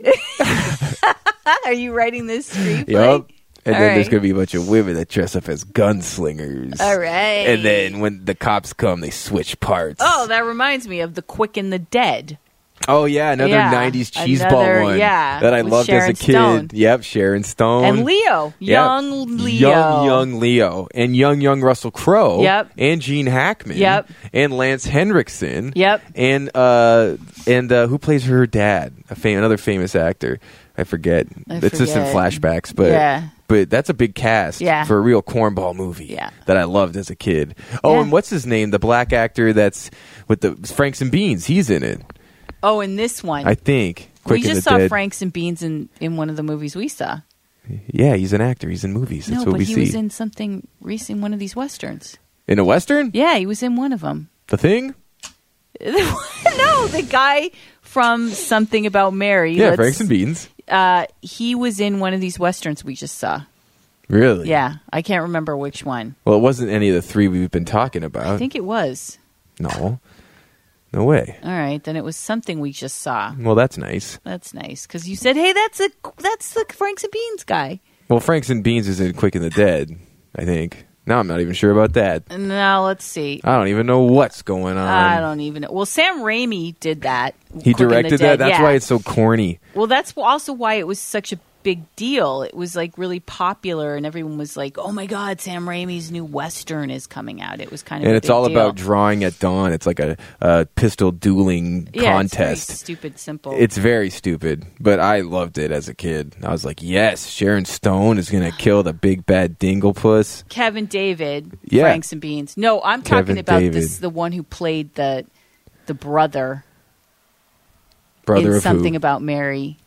[SPEAKER 1] Are you writing this screenplay?
[SPEAKER 2] Yup. And
[SPEAKER 1] All
[SPEAKER 2] then there's
[SPEAKER 1] right.
[SPEAKER 2] gonna be a bunch of women that dress up as gunslingers.
[SPEAKER 1] All right.
[SPEAKER 2] And then when the cops come, they switch parts.
[SPEAKER 1] Oh, that reminds me of The Quick and the Dead.
[SPEAKER 2] Oh, yeah, another
[SPEAKER 1] Yeah.
[SPEAKER 2] '90s cheeseball
[SPEAKER 1] Another-
[SPEAKER 2] one.
[SPEAKER 1] yeah,
[SPEAKER 2] that I
[SPEAKER 1] with
[SPEAKER 2] loved
[SPEAKER 1] Sharon
[SPEAKER 2] as a kid.
[SPEAKER 1] Stone.
[SPEAKER 2] Yep, Sharon Stone
[SPEAKER 1] And Leo.
[SPEAKER 2] Yeah.
[SPEAKER 1] Young Leo.
[SPEAKER 2] Young, young Leo. And young, young Russell Crowe.
[SPEAKER 1] Yep.
[SPEAKER 2] And Gene Hackman.
[SPEAKER 1] Yep.
[SPEAKER 2] And Lance Henriksen.
[SPEAKER 1] Yep.
[SPEAKER 2] And uh and uh who plays her dad? A fam- another famous actor. I forget.
[SPEAKER 1] I
[SPEAKER 2] it's just in
[SPEAKER 1] forget.
[SPEAKER 2] flashbacks, but
[SPEAKER 1] Yeah.
[SPEAKER 2] but that's a big cast
[SPEAKER 1] Yeah.
[SPEAKER 2] for a real cornball movie
[SPEAKER 1] Yeah.
[SPEAKER 2] that I loved as a kid. Oh,
[SPEAKER 1] Yeah.
[SPEAKER 2] and what's his name? The black actor that's with the Franks and Beans. He's in it,
[SPEAKER 1] Oh, in this one.
[SPEAKER 2] I think. Quick
[SPEAKER 1] we
[SPEAKER 2] and
[SPEAKER 1] just
[SPEAKER 2] the
[SPEAKER 1] saw
[SPEAKER 2] Dead.
[SPEAKER 1] Franks and Beans in, in one of the movies we saw.
[SPEAKER 2] Yeah, he's an actor. He's in movies. That's
[SPEAKER 1] no,
[SPEAKER 2] what
[SPEAKER 1] but
[SPEAKER 2] we
[SPEAKER 1] he
[SPEAKER 2] see.
[SPEAKER 1] was in something recent, one of these westerns.
[SPEAKER 2] in a western.
[SPEAKER 1] Yeah, he was in one of them.
[SPEAKER 2] The thing.
[SPEAKER 1] no, the guy from Something About Mary.
[SPEAKER 2] Yeah,
[SPEAKER 1] let's-
[SPEAKER 2] Franks and Beans.
[SPEAKER 1] Uh, he was in one of these westerns we just saw.
[SPEAKER 2] Really?
[SPEAKER 1] Yeah, I can't remember which one.
[SPEAKER 2] Well, it wasn't any of the three we've been talking about.
[SPEAKER 1] I think it was.
[SPEAKER 2] no. No way.
[SPEAKER 1] All right, then it was something we just saw.
[SPEAKER 2] Well, that's nice.
[SPEAKER 1] That's nice because you said, "Hey, that's a that's the Franks and Beans guy."
[SPEAKER 2] Well, Franks and Beans is in Quick and the Dead, I think. Now I'm not even sure about that.
[SPEAKER 1] Now let's see.
[SPEAKER 2] I don't even know what's going on.
[SPEAKER 1] I don't even know. Well, Sam Raimi did that.
[SPEAKER 2] Um, He
[SPEAKER 1] Quick and the
[SPEAKER 2] directed
[SPEAKER 1] Dead,
[SPEAKER 2] that. That's
[SPEAKER 1] yeah.
[SPEAKER 2] why it's so corny.
[SPEAKER 1] Well, that's also why it was such a big deal. It was like really popular, and everyone was like, "Oh my God, Sam Raimi's new western is coming out." It was kind of
[SPEAKER 2] And
[SPEAKER 1] a
[SPEAKER 2] it's
[SPEAKER 1] big
[SPEAKER 2] all
[SPEAKER 1] deal.
[SPEAKER 2] about drawing at dawn. It's like a, a pistol dueling
[SPEAKER 1] yeah,
[SPEAKER 2] contest.
[SPEAKER 1] It's very stupid, simple.
[SPEAKER 2] It's very stupid, but I loved it as a kid. I was like, yes, Sharon Stone is going to kill the big bad dinglepuss.
[SPEAKER 1] Kevin David,
[SPEAKER 2] Yeah.
[SPEAKER 1] Franks and Beans. No, I'm
[SPEAKER 2] Kevin
[SPEAKER 1] talking about
[SPEAKER 2] David.
[SPEAKER 1] this the one who played the the brother,
[SPEAKER 2] Brother
[SPEAKER 1] in
[SPEAKER 2] of
[SPEAKER 1] something
[SPEAKER 2] who?
[SPEAKER 1] about Mary.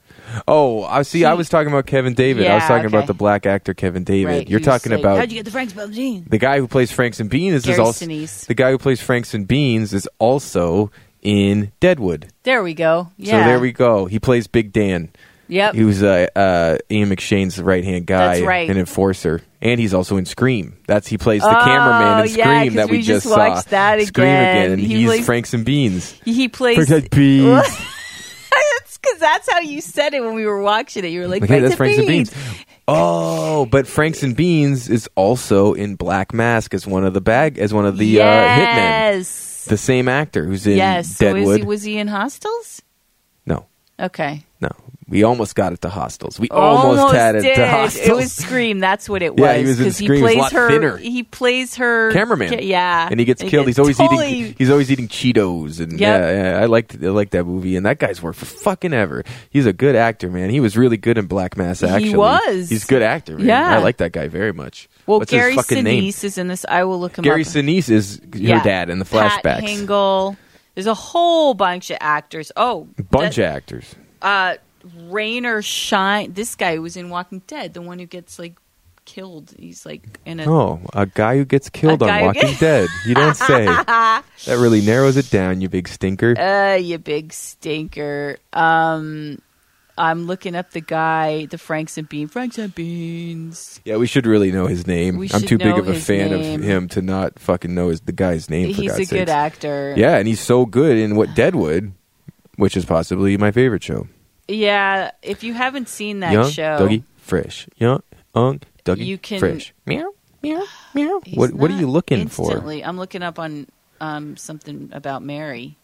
[SPEAKER 2] Oh, I see. I was talking about Kevin David. I was
[SPEAKER 1] Yeah,
[SPEAKER 2] talking
[SPEAKER 1] okay.
[SPEAKER 2] about the black actor Kevin David.
[SPEAKER 1] Right,
[SPEAKER 2] You're
[SPEAKER 1] who's
[SPEAKER 2] talking
[SPEAKER 1] like,
[SPEAKER 2] about
[SPEAKER 1] how'd you get the Frank's Bob Jean?
[SPEAKER 2] the guy who plays Franks and Beans. Is
[SPEAKER 1] Gary
[SPEAKER 2] also
[SPEAKER 1] Sinise.
[SPEAKER 2] the guy who plays Franks and Beans is also in Deadwood.
[SPEAKER 1] There we go. Yeah.
[SPEAKER 2] So there we go. He plays Big Dan.
[SPEAKER 1] Yep.
[SPEAKER 2] He was uh, uh, Ian McShane's right hand guy,
[SPEAKER 1] That's right.
[SPEAKER 2] an enforcer, and he's also in Scream. That's he plays the
[SPEAKER 1] Oh,
[SPEAKER 2] cameraman in
[SPEAKER 1] yeah,
[SPEAKER 2] Scream
[SPEAKER 1] 'cause
[SPEAKER 2] that we,
[SPEAKER 1] we
[SPEAKER 2] just
[SPEAKER 1] just
[SPEAKER 2] saw.
[SPEAKER 1] watched that
[SPEAKER 2] Scream again,
[SPEAKER 1] again.
[SPEAKER 2] and
[SPEAKER 1] He
[SPEAKER 2] he's
[SPEAKER 1] plays-
[SPEAKER 2] Franks and Beans.
[SPEAKER 1] he plays.
[SPEAKER 2] Franks and
[SPEAKER 1] That's
[SPEAKER 2] Beans.
[SPEAKER 1] because that's how you said it when we were watching it. You were like,
[SPEAKER 2] Like, hey, that's Franks and Beans. Oh, but Franks and Beans is also in Black Mask as one of the bag as one of the uh,
[SPEAKER 1] yes.
[SPEAKER 2] hitmen. The same actor who's in
[SPEAKER 1] yes. So is
[SPEAKER 2] Deadwood.
[SPEAKER 1] he, was he in Hostels?
[SPEAKER 2] no,
[SPEAKER 1] Okay.
[SPEAKER 2] no. We almost got it to hostels. We almost, had it
[SPEAKER 1] did.
[SPEAKER 2] to hostels.
[SPEAKER 1] It was Scream. That's what it was.
[SPEAKER 2] Yeah, he was in
[SPEAKER 1] 'cause
[SPEAKER 2] Scream. He was a
[SPEAKER 1] plays
[SPEAKER 2] lot
[SPEAKER 1] her.
[SPEAKER 2] thinner.
[SPEAKER 1] He plays her
[SPEAKER 2] cameraman.
[SPEAKER 1] ca- yeah,
[SPEAKER 2] and he gets killed. He's always
[SPEAKER 1] totally-
[SPEAKER 2] eating. He's always eating Cheetos,
[SPEAKER 1] Yep.
[SPEAKER 2] and yeah, yeah, I liked I liked that movie. And that guy's worked for fucking ever. He's a good actor, man. He was really good in Black Mass.
[SPEAKER 1] He
[SPEAKER 2] Actually,
[SPEAKER 1] was.
[SPEAKER 2] He's a good actor. Man.
[SPEAKER 1] Yeah.
[SPEAKER 2] I like that guy very much.
[SPEAKER 1] Well,
[SPEAKER 2] What's
[SPEAKER 1] Gary
[SPEAKER 2] his fucking
[SPEAKER 1] Sinise
[SPEAKER 2] name?
[SPEAKER 1] is in this. I will look him
[SPEAKER 2] Gary
[SPEAKER 1] up.
[SPEAKER 2] Sinise is her
[SPEAKER 1] Yeah.
[SPEAKER 2] dad in the
[SPEAKER 1] Pat
[SPEAKER 2] flashbacks.
[SPEAKER 1] Hingle. There's a whole bunch of actors. Oh,
[SPEAKER 2] Bunch
[SPEAKER 1] that-
[SPEAKER 2] of actors.
[SPEAKER 1] uh, Rainer Shine. This guy who was in Walking Dead, the one who gets like killed. He's like in a.
[SPEAKER 2] Oh, a guy who gets killed
[SPEAKER 1] A
[SPEAKER 2] on
[SPEAKER 1] guy who
[SPEAKER 2] Walking
[SPEAKER 1] gets-
[SPEAKER 2] Dead. You don't say. that really narrows it down, you big stinker.
[SPEAKER 1] Uh, you big stinker. Um, I'm looking up the guy, the Franks and Beans. Franks and Beans.
[SPEAKER 2] yeah, we should really know his name.
[SPEAKER 1] We
[SPEAKER 2] I'm
[SPEAKER 1] should
[SPEAKER 2] too big
[SPEAKER 1] know
[SPEAKER 2] of a
[SPEAKER 1] his
[SPEAKER 2] fan
[SPEAKER 1] name.
[SPEAKER 2] of him to not fucking know his, the guy's name. For
[SPEAKER 1] He's
[SPEAKER 2] God's
[SPEAKER 1] a good
[SPEAKER 2] sakes.
[SPEAKER 1] actor.
[SPEAKER 2] Yeah, and he's so good in what Deadwood, which is possibly my favorite show.
[SPEAKER 1] Yeah, If you haven't seen that
[SPEAKER 2] Young
[SPEAKER 1] show,
[SPEAKER 2] Dougie Fresh. Young Ung Dougie
[SPEAKER 1] You can-
[SPEAKER 2] Fresh. Meow meow meow.
[SPEAKER 1] he's
[SPEAKER 2] what what are
[SPEAKER 1] not
[SPEAKER 2] you looking for?
[SPEAKER 1] instantly. I'm looking up on um, something about Mary,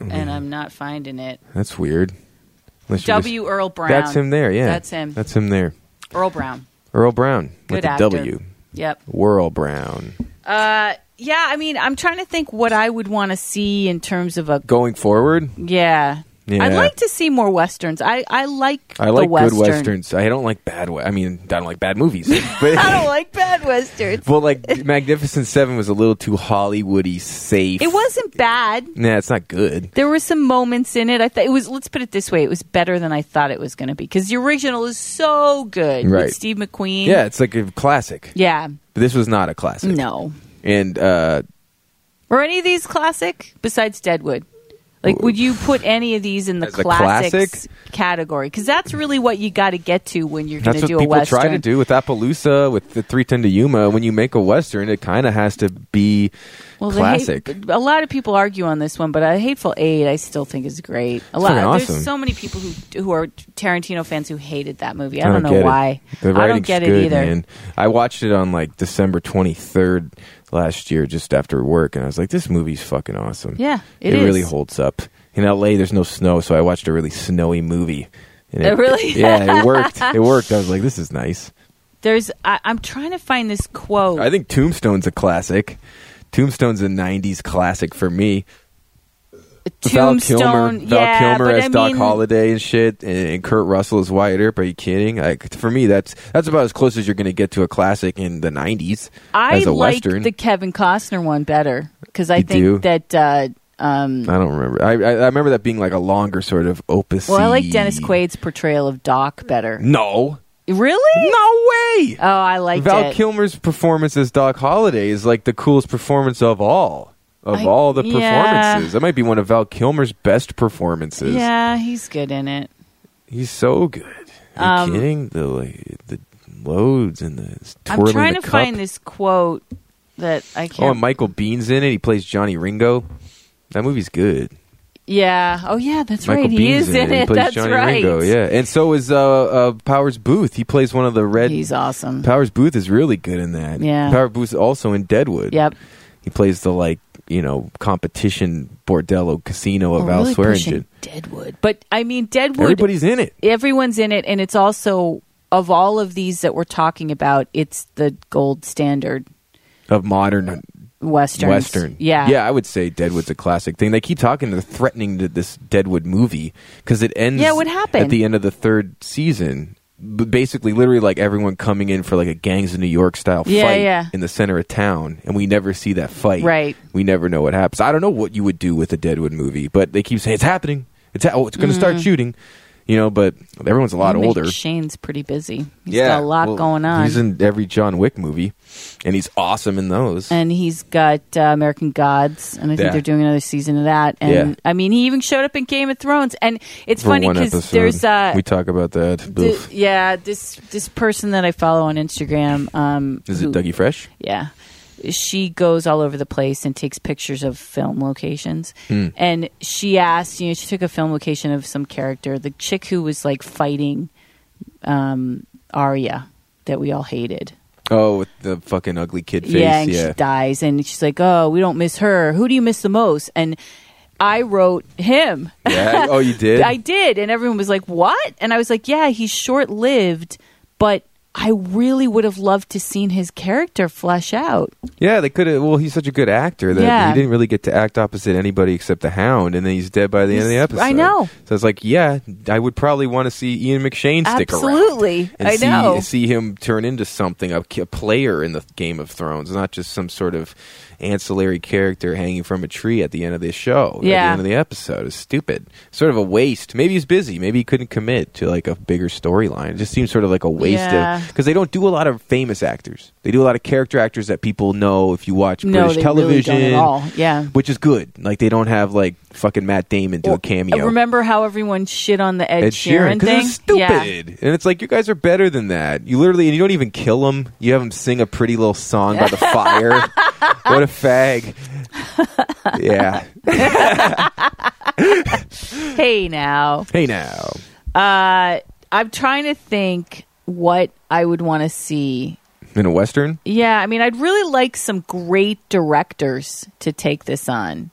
[SPEAKER 2] Mm-hmm.
[SPEAKER 1] and I'm not finding it.
[SPEAKER 2] That's weird. Unless you
[SPEAKER 1] W. Earl Brown.
[SPEAKER 2] Just, that's him there. Yeah,
[SPEAKER 1] That's him.
[SPEAKER 2] That's him there.
[SPEAKER 1] Earl Brown.
[SPEAKER 2] Earl Brown
[SPEAKER 1] Good
[SPEAKER 2] with a
[SPEAKER 1] actor.
[SPEAKER 2] W.
[SPEAKER 1] Yep.
[SPEAKER 2] Whirl Brown.
[SPEAKER 1] Uh, yeah, I mean, I'm trying to think what I would want to see in terms of a.
[SPEAKER 2] Going forward,
[SPEAKER 1] Yeah.
[SPEAKER 2] Yeah.
[SPEAKER 1] I'd like to see more westerns. I, I like
[SPEAKER 2] I like
[SPEAKER 1] the western.
[SPEAKER 2] good westerns. I don't like bad. We- I mean, I don't like bad movies. But
[SPEAKER 1] I don't like bad westerns.
[SPEAKER 2] well, like Magnificent Seven was a little too Hollywoody safe.
[SPEAKER 1] It wasn't bad.
[SPEAKER 2] Nah, it's not good.
[SPEAKER 1] There were some moments in it. I thought it was. Let's put it this way: it was better than I thought it was going to be because the original is so good
[SPEAKER 2] Right.
[SPEAKER 1] with Steve McQueen.
[SPEAKER 2] Yeah, it's like a classic.
[SPEAKER 1] yeah,
[SPEAKER 2] But This was not a classic.
[SPEAKER 1] no.
[SPEAKER 2] And uh,
[SPEAKER 1] Were any of these classic besides Deadwood? Like, would you put any of these in the
[SPEAKER 2] As a
[SPEAKER 1] classics
[SPEAKER 2] classic?
[SPEAKER 1] category? Because that's really what you got to get to when you're going
[SPEAKER 2] that's
[SPEAKER 1] to do
[SPEAKER 2] what
[SPEAKER 1] a
[SPEAKER 2] people
[SPEAKER 1] western.
[SPEAKER 2] try to do with Appaloosa, with the 310 to Yuma. When you make a Western, it kind of has to be
[SPEAKER 1] Well, the
[SPEAKER 2] classic.
[SPEAKER 1] Hate, a lot of people argue on this one, but a Hateful Eight, I still think is great. A lot.
[SPEAKER 2] fucking
[SPEAKER 1] There's
[SPEAKER 2] awesome.
[SPEAKER 1] so many people who who are Tarantino fans who hated that movie. I
[SPEAKER 2] I
[SPEAKER 1] don't, know
[SPEAKER 2] get it.
[SPEAKER 1] why.
[SPEAKER 2] The
[SPEAKER 1] I don't
[SPEAKER 2] writing's
[SPEAKER 1] get
[SPEAKER 2] good,
[SPEAKER 1] it either.
[SPEAKER 2] Man. I watched it on like December 23rd last year, just after work, and I was like, this movie's fucking awesome.
[SPEAKER 1] Yeah, it
[SPEAKER 2] it really
[SPEAKER 1] is.
[SPEAKER 2] holds up. In LA, there's no snow, so I watched a really snowy movie. And
[SPEAKER 1] It Oh, really-
[SPEAKER 2] yeah, it worked. It worked. I was like, this is nice.
[SPEAKER 1] There's. I, I'm trying to find this quote.
[SPEAKER 2] I think Tombstone's a classic. Tombstone's a '90s classic for me. Val Kilmer,
[SPEAKER 1] Tombstone.
[SPEAKER 2] Val
[SPEAKER 1] yeah,
[SPEAKER 2] Kilmer
[SPEAKER 1] but
[SPEAKER 2] as
[SPEAKER 1] I
[SPEAKER 2] Doc
[SPEAKER 1] mean,
[SPEAKER 2] Holliday and shit, and, and Kurt Russell as Wyatt Earp. Are you kidding? Like for me, that's that's about as close as you're going to get to a classic in the '90s
[SPEAKER 1] I
[SPEAKER 2] as a
[SPEAKER 1] like
[SPEAKER 2] western.
[SPEAKER 1] the Kevin Costner one better because I
[SPEAKER 2] You
[SPEAKER 1] think
[SPEAKER 2] do?
[SPEAKER 1] that. Uh, um,
[SPEAKER 2] I don't remember. I, I, I remember that being like a longer sort of opus.
[SPEAKER 1] well, I like Dennis Quaid's portrayal of Doc better.
[SPEAKER 2] No,
[SPEAKER 1] Really?
[SPEAKER 2] no way.
[SPEAKER 1] Oh, I liked
[SPEAKER 2] Val
[SPEAKER 1] it.
[SPEAKER 2] Kilmer's performance as Doc Holliday is like the coolest performance of all. Of
[SPEAKER 1] I-
[SPEAKER 2] all the
[SPEAKER 1] yeah.
[SPEAKER 2] performances, that might be one of Val Kilmer's best performances.
[SPEAKER 1] yeah, he's good in it.
[SPEAKER 2] He's so good. Are
[SPEAKER 1] Um,
[SPEAKER 2] you kidding? The like, the loads and the twirling
[SPEAKER 1] I'm trying
[SPEAKER 2] the
[SPEAKER 1] to
[SPEAKER 2] cup.
[SPEAKER 1] find this quote that I
[SPEAKER 2] Oh,
[SPEAKER 1] can't.
[SPEAKER 2] and Michael Bean's in it. He plays Johnny Ringo. That movie's good.
[SPEAKER 1] yeah. Oh, yeah. That's
[SPEAKER 2] Michael
[SPEAKER 1] right.
[SPEAKER 2] Bean's
[SPEAKER 1] He is in
[SPEAKER 2] He
[SPEAKER 1] it.
[SPEAKER 2] plays
[SPEAKER 1] That's
[SPEAKER 2] Johnny
[SPEAKER 1] right.
[SPEAKER 2] Ringo. Yeah, and so is uh, uh, Powers Booth. He plays one of the red.
[SPEAKER 1] He's awesome.
[SPEAKER 2] Powers Booth is really good in that.
[SPEAKER 1] Yeah.
[SPEAKER 2] Powers Booth is also in Deadwood.
[SPEAKER 1] yep.
[SPEAKER 2] He plays the like you know competition bordello casino of
[SPEAKER 1] We're
[SPEAKER 2] Al
[SPEAKER 1] Oh, really
[SPEAKER 2] Oh, Swearingen.
[SPEAKER 1] pushing Deadwood, but I mean Deadwood.
[SPEAKER 2] Everybody's in it.
[SPEAKER 1] everyone's in it, and it's also of all of these that we're talking about, it's the gold standard
[SPEAKER 2] Of modern
[SPEAKER 1] western.
[SPEAKER 2] Western.
[SPEAKER 1] Yeah.
[SPEAKER 2] Yeah, I would say Deadwood's a classic thing. They keep talking, they're threatening to this Deadwood movie because it ends
[SPEAKER 1] Yeah, what happened?
[SPEAKER 2] at the end of the third season. B- basically, literally, like everyone coming in for like a gangs of New York style
[SPEAKER 1] Yeah,
[SPEAKER 2] fight
[SPEAKER 1] yeah.
[SPEAKER 2] in the center of town, and we never see that fight.
[SPEAKER 1] Right.
[SPEAKER 2] We never know what happens. I don't know what you would do with a Deadwood movie, but they keep saying it's happening. It's ha- oh, it's going
[SPEAKER 1] Mm-hmm.
[SPEAKER 2] to start shooting. You know, but everyone's a lot
[SPEAKER 1] I mean,
[SPEAKER 2] older.
[SPEAKER 1] Shane's pretty busy. He's got a lot
[SPEAKER 2] well,
[SPEAKER 1] going on.
[SPEAKER 2] He's in every John Wick movie, and he's awesome in those.
[SPEAKER 1] and he's got uh, American Gods, and I think
[SPEAKER 2] Yeah.
[SPEAKER 1] they're doing another season of that. And
[SPEAKER 2] Yeah.
[SPEAKER 1] I mean, he even showed up in Game of Thrones, and it's
[SPEAKER 2] for
[SPEAKER 1] funny
[SPEAKER 2] one
[SPEAKER 1] because
[SPEAKER 2] episode.
[SPEAKER 1] there's uh,
[SPEAKER 2] we talk about that.
[SPEAKER 1] th-
[SPEAKER 2] Oof.
[SPEAKER 1] yeah, this this person that I follow on Instagram. Um,
[SPEAKER 2] Is
[SPEAKER 1] who-
[SPEAKER 2] it Dougie Fresh?
[SPEAKER 1] Yeah. She goes all over the place and takes pictures of film locations.
[SPEAKER 2] Hmm.
[SPEAKER 1] And she asked, you know, she took a film location of some character, the chick who was like fighting um, Arya that we all hated.
[SPEAKER 2] Oh, with the fucking ugly kid face.
[SPEAKER 1] Yeah,
[SPEAKER 2] Yeah,
[SPEAKER 1] and she dies, and she's like, "Oh, we don't miss her. Who do you miss the most?" And I wrote him.
[SPEAKER 2] Yeah. Oh, you did.
[SPEAKER 1] I did, and everyone was like, "What?" And I was like, "Yeah, he's short-lived, but I really would have loved to seen his character flesh out."
[SPEAKER 2] yeah, they could have. Well, he's such a good actor that
[SPEAKER 1] Yeah.
[SPEAKER 2] he didn't really get to act opposite anybody except the Hound, and then he's dead by the end of the
[SPEAKER 1] He's-
[SPEAKER 2] episode.
[SPEAKER 1] I know.
[SPEAKER 2] So it's like, yeah, I would probably want to see Ian McShane stick around.
[SPEAKER 1] Absolutely,
[SPEAKER 2] and
[SPEAKER 1] I
[SPEAKER 2] see,
[SPEAKER 1] know.
[SPEAKER 2] see him turn into something a, a player in the Game of Thrones, not just some sort of ancillary character hanging from a tree at the end of this show. at
[SPEAKER 1] Yeah.
[SPEAKER 2] the end of the episode is stupid, sort of a waste. Maybe he's busy. Maybe he couldn't commit to like a bigger storyline. It just seems sort of like a waste
[SPEAKER 1] Yeah.
[SPEAKER 2] of because they don't do a lot of famous actors. They do a lot of character actors that people know if you watch
[SPEAKER 1] no,
[SPEAKER 2] British
[SPEAKER 1] they
[SPEAKER 2] television.
[SPEAKER 1] really don't at all. Yeah.
[SPEAKER 2] Which is good. Like they don't have like fucking Matt Damon do a cameo.
[SPEAKER 1] Remember how everyone shit on the Ed,
[SPEAKER 2] Ed Sheeran because
[SPEAKER 1] thing?
[SPEAKER 2] it's
[SPEAKER 1] Yeah.
[SPEAKER 2] stupid, and it's like you guys are better than that. You literally, and you don't even kill him. You have him sing a pretty little song by the fire. what a fag! Yeah.
[SPEAKER 1] Hey now,
[SPEAKER 2] Hey now,
[SPEAKER 1] uh, I'm trying to think what I would want to see.
[SPEAKER 2] in a western,
[SPEAKER 1] Yeah, I mean, I'd really like some great directors to take this on.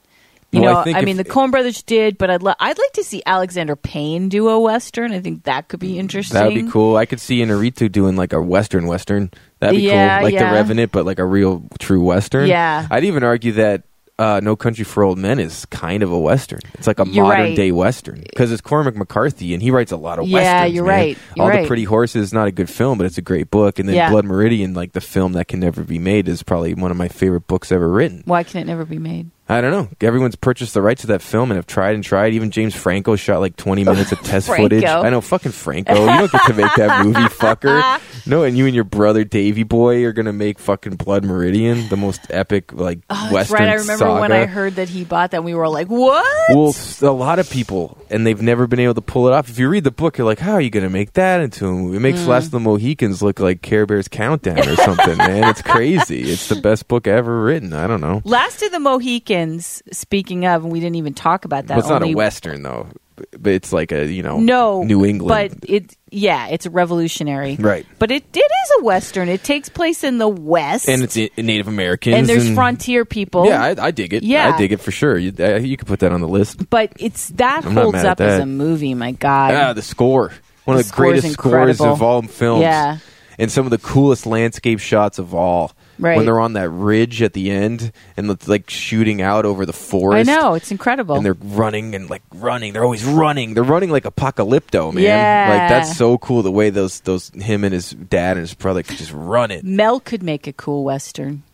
[SPEAKER 1] You
[SPEAKER 2] Well, I
[SPEAKER 1] know, I,
[SPEAKER 2] think if-
[SPEAKER 1] mean, the Coen Brothers did, but I'd li- I'd like to see Alexander Payne do a western. I think that could be interesting.
[SPEAKER 2] that would be cool. I could see Inarritu doing like a western western. That'd be
[SPEAKER 1] Yeah,
[SPEAKER 2] cool, like
[SPEAKER 1] yeah.
[SPEAKER 2] the Revenant, but like a real true western.
[SPEAKER 1] Yeah.
[SPEAKER 2] I'd even argue that. Uh, no Country for Old Men is kind of a western. It's like a
[SPEAKER 1] You're
[SPEAKER 2] modern
[SPEAKER 1] right.
[SPEAKER 2] day western because it's Cormac McCarthy and he writes a lot of
[SPEAKER 1] Yeah,
[SPEAKER 2] westerns.
[SPEAKER 1] you're
[SPEAKER 2] man.
[SPEAKER 1] right. You're
[SPEAKER 2] All
[SPEAKER 1] right.
[SPEAKER 2] the Pretty Horses, not a good film, but it's a great book. And then
[SPEAKER 1] Yeah.
[SPEAKER 2] Blood Meridian, like the film that can never be made, is probably one of my favorite books ever written.
[SPEAKER 1] Why can it never be made?
[SPEAKER 2] I don't know. Everyone's purchased the rights to that film and have tried and tried. Even James Franco shot like 20 minutes of test
[SPEAKER 1] Franco.
[SPEAKER 2] footage. I know, fucking Franco. You don't get to make that movie, fucker. No, and you and your brother Davy Boy are gonna make fucking Blood Meridian, the most epic like
[SPEAKER 1] Oh, that's
[SPEAKER 2] western
[SPEAKER 1] right. I remember
[SPEAKER 2] saga.
[SPEAKER 1] when I heard that he bought that, we were all like, "What?"
[SPEAKER 2] well, s- a lot of people, and they've never been able to pull it off. If you read the book, you're like, how are you going to make that into a movie? It
[SPEAKER 1] Mm.
[SPEAKER 2] makes Last of the Mohicans look like Care Bear's Countdown or something, man. It's crazy. It's the best book ever written. I don't know.
[SPEAKER 1] Last of the Mohicans. Speaking of, and we didn't even talk about that.
[SPEAKER 2] Well, it's not
[SPEAKER 1] only-
[SPEAKER 2] a Western, though. B- But it's like a, you know,
[SPEAKER 1] No,
[SPEAKER 2] New England.
[SPEAKER 1] But it, yeah, it's revolutionary,
[SPEAKER 2] Right.
[SPEAKER 1] But it, it is a western. It takes place in the West,
[SPEAKER 2] and it's i- Native Americans.
[SPEAKER 1] and there's frontier people.
[SPEAKER 2] Yeah, I, I dig it.
[SPEAKER 1] Yeah.
[SPEAKER 2] I dig it for sure. You, uh, you could put that on the list.
[SPEAKER 1] but it's that
[SPEAKER 2] I'm not
[SPEAKER 1] holds
[SPEAKER 2] mad at
[SPEAKER 1] up as
[SPEAKER 2] that.
[SPEAKER 1] a movie. My God,
[SPEAKER 2] Ah, the score. One
[SPEAKER 1] The
[SPEAKER 2] of the
[SPEAKER 1] score is
[SPEAKER 2] greatest scores
[SPEAKER 1] incredible.
[SPEAKER 2] of all films.
[SPEAKER 1] Yeah.
[SPEAKER 2] And some of the coolest landscape shots of all.
[SPEAKER 1] Right.
[SPEAKER 2] When they're on that ridge at the end and it's like shooting out over the
[SPEAKER 1] I
[SPEAKER 2] forest.
[SPEAKER 1] know it's incredible.
[SPEAKER 2] And they're running and like running. They're always running. They're running like Apocalypto, man.
[SPEAKER 1] Yeah.
[SPEAKER 2] Like that's so cool the way those those him and his dad and his brother could just run it.
[SPEAKER 1] Mel could make a cool western.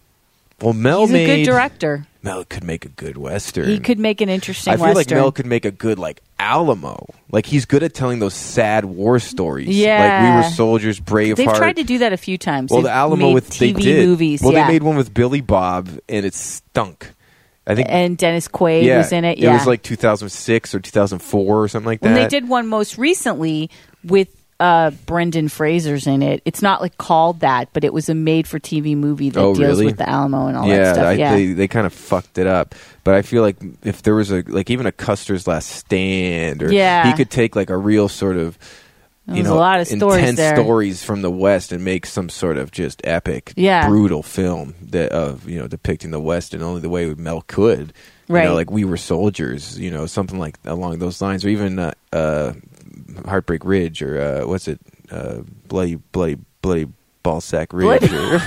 [SPEAKER 2] Well, Mel
[SPEAKER 1] He's a
[SPEAKER 2] made
[SPEAKER 1] good director.
[SPEAKER 2] Mel could make a good western.
[SPEAKER 1] He could make an interesting
[SPEAKER 2] I feel like
[SPEAKER 1] western.
[SPEAKER 2] Mel could make a good like Alamo. Like he's good at telling those sad war stories.
[SPEAKER 1] Yeah.
[SPEAKER 2] like we were soldiers, Braveheart.
[SPEAKER 1] They've tried to do that a few times.
[SPEAKER 2] well,
[SPEAKER 1] They've
[SPEAKER 2] the Alamo
[SPEAKER 1] made
[SPEAKER 2] with
[SPEAKER 1] TV
[SPEAKER 2] they did.
[SPEAKER 1] movies.
[SPEAKER 2] Well,
[SPEAKER 1] yeah.
[SPEAKER 2] they made one with Billy Bob, and it stunk. I think
[SPEAKER 1] and Dennis Quaid
[SPEAKER 2] yeah,
[SPEAKER 1] was in it. Yeah,
[SPEAKER 2] was like 2006 or 2004 or something like that.
[SPEAKER 1] when they did one most recently with uh, Brendan Fraser's in it. It's not like called that, but it was a made-for-TV movie that
[SPEAKER 2] Oh,
[SPEAKER 1] deals
[SPEAKER 2] really?
[SPEAKER 1] with the Alamo and all
[SPEAKER 2] yeah,
[SPEAKER 1] that stuff.
[SPEAKER 2] I,
[SPEAKER 1] yeah,
[SPEAKER 2] they they kind of fucked it up. But I feel like if there was a like even a Custer's Last Stand, or
[SPEAKER 1] Yeah.
[SPEAKER 2] he could take like a real sort of you
[SPEAKER 1] was
[SPEAKER 2] know
[SPEAKER 1] a lot of stories
[SPEAKER 2] intense
[SPEAKER 1] there.
[SPEAKER 2] stories from the West and make some sort of just epic,
[SPEAKER 1] Yeah.
[SPEAKER 2] brutal film that of you know depicting the West and only the way Mel could. You
[SPEAKER 1] Right.
[SPEAKER 2] know, like we were soldiers, you know, something like along those lines, or even uh, uh, Heartbreak Ridge, or uh, what's it, uh, bloody, bloody, bloody ballsack Ridge,
[SPEAKER 1] Bloody-
[SPEAKER 2] or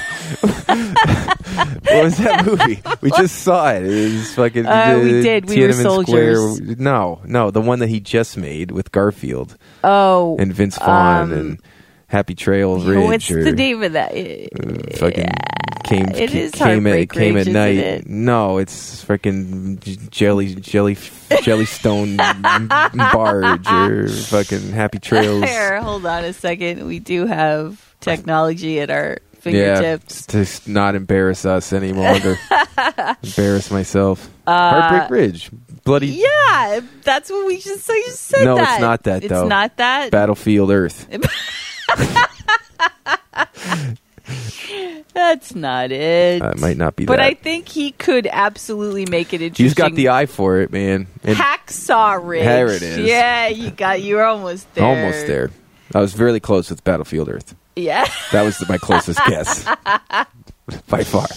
[SPEAKER 2] what was that movie? We just saw it. It was fucking.
[SPEAKER 1] Uh, we did. We were
[SPEAKER 2] Tiananmen
[SPEAKER 1] soldiers.
[SPEAKER 2] No, no, the one that he just made with Garfield
[SPEAKER 1] oh,
[SPEAKER 2] and Vince Vaughn
[SPEAKER 1] Um,
[SPEAKER 2] and Happy Trail Ridge.
[SPEAKER 1] what's
[SPEAKER 2] or,
[SPEAKER 1] the name of that?
[SPEAKER 2] uh, Fucking came
[SPEAKER 1] it
[SPEAKER 2] ca-
[SPEAKER 1] is
[SPEAKER 2] came at
[SPEAKER 1] Heartbreak
[SPEAKER 2] came
[SPEAKER 1] Ridge,
[SPEAKER 2] at
[SPEAKER 1] isn't
[SPEAKER 2] night.
[SPEAKER 1] it?
[SPEAKER 2] No, it's freaking j- jelly jelly jellystone barge or fucking Happy Trails.
[SPEAKER 1] Here, hold on a second. We do have technology at our
[SPEAKER 2] Yeah,
[SPEAKER 1] fingertips.
[SPEAKER 2] to s- not embarrass us any longer. embarrass myself. Heartbreak Ridge, bloody
[SPEAKER 1] Uh, Yeah, that's what we just so you said.
[SPEAKER 2] No, it's
[SPEAKER 1] that.
[SPEAKER 2] not that, though.
[SPEAKER 1] It's not that.
[SPEAKER 2] Battlefield Earth.
[SPEAKER 1] That's not it.
[SPEAKER 2] That Uh, might not be
[SPEAKER 1] But
[SPEAKER 2] that.
[SPEAKER 1] I think he could absolutely make it interesting.
[SPEAKER 2] He's got the eye for it, man. And
[SPEAKER 1] Hacksaw Ridge.
[SPEAKER 2] There it is.
[SPEAKER 1] Yeah, you got. You were almost there.
[SPEAKER 2] almost there. I was very close with Battlefield Earth.
[SPEAKER 1] Yeah.
[SPEAKER 2] That was my closest guess. By far.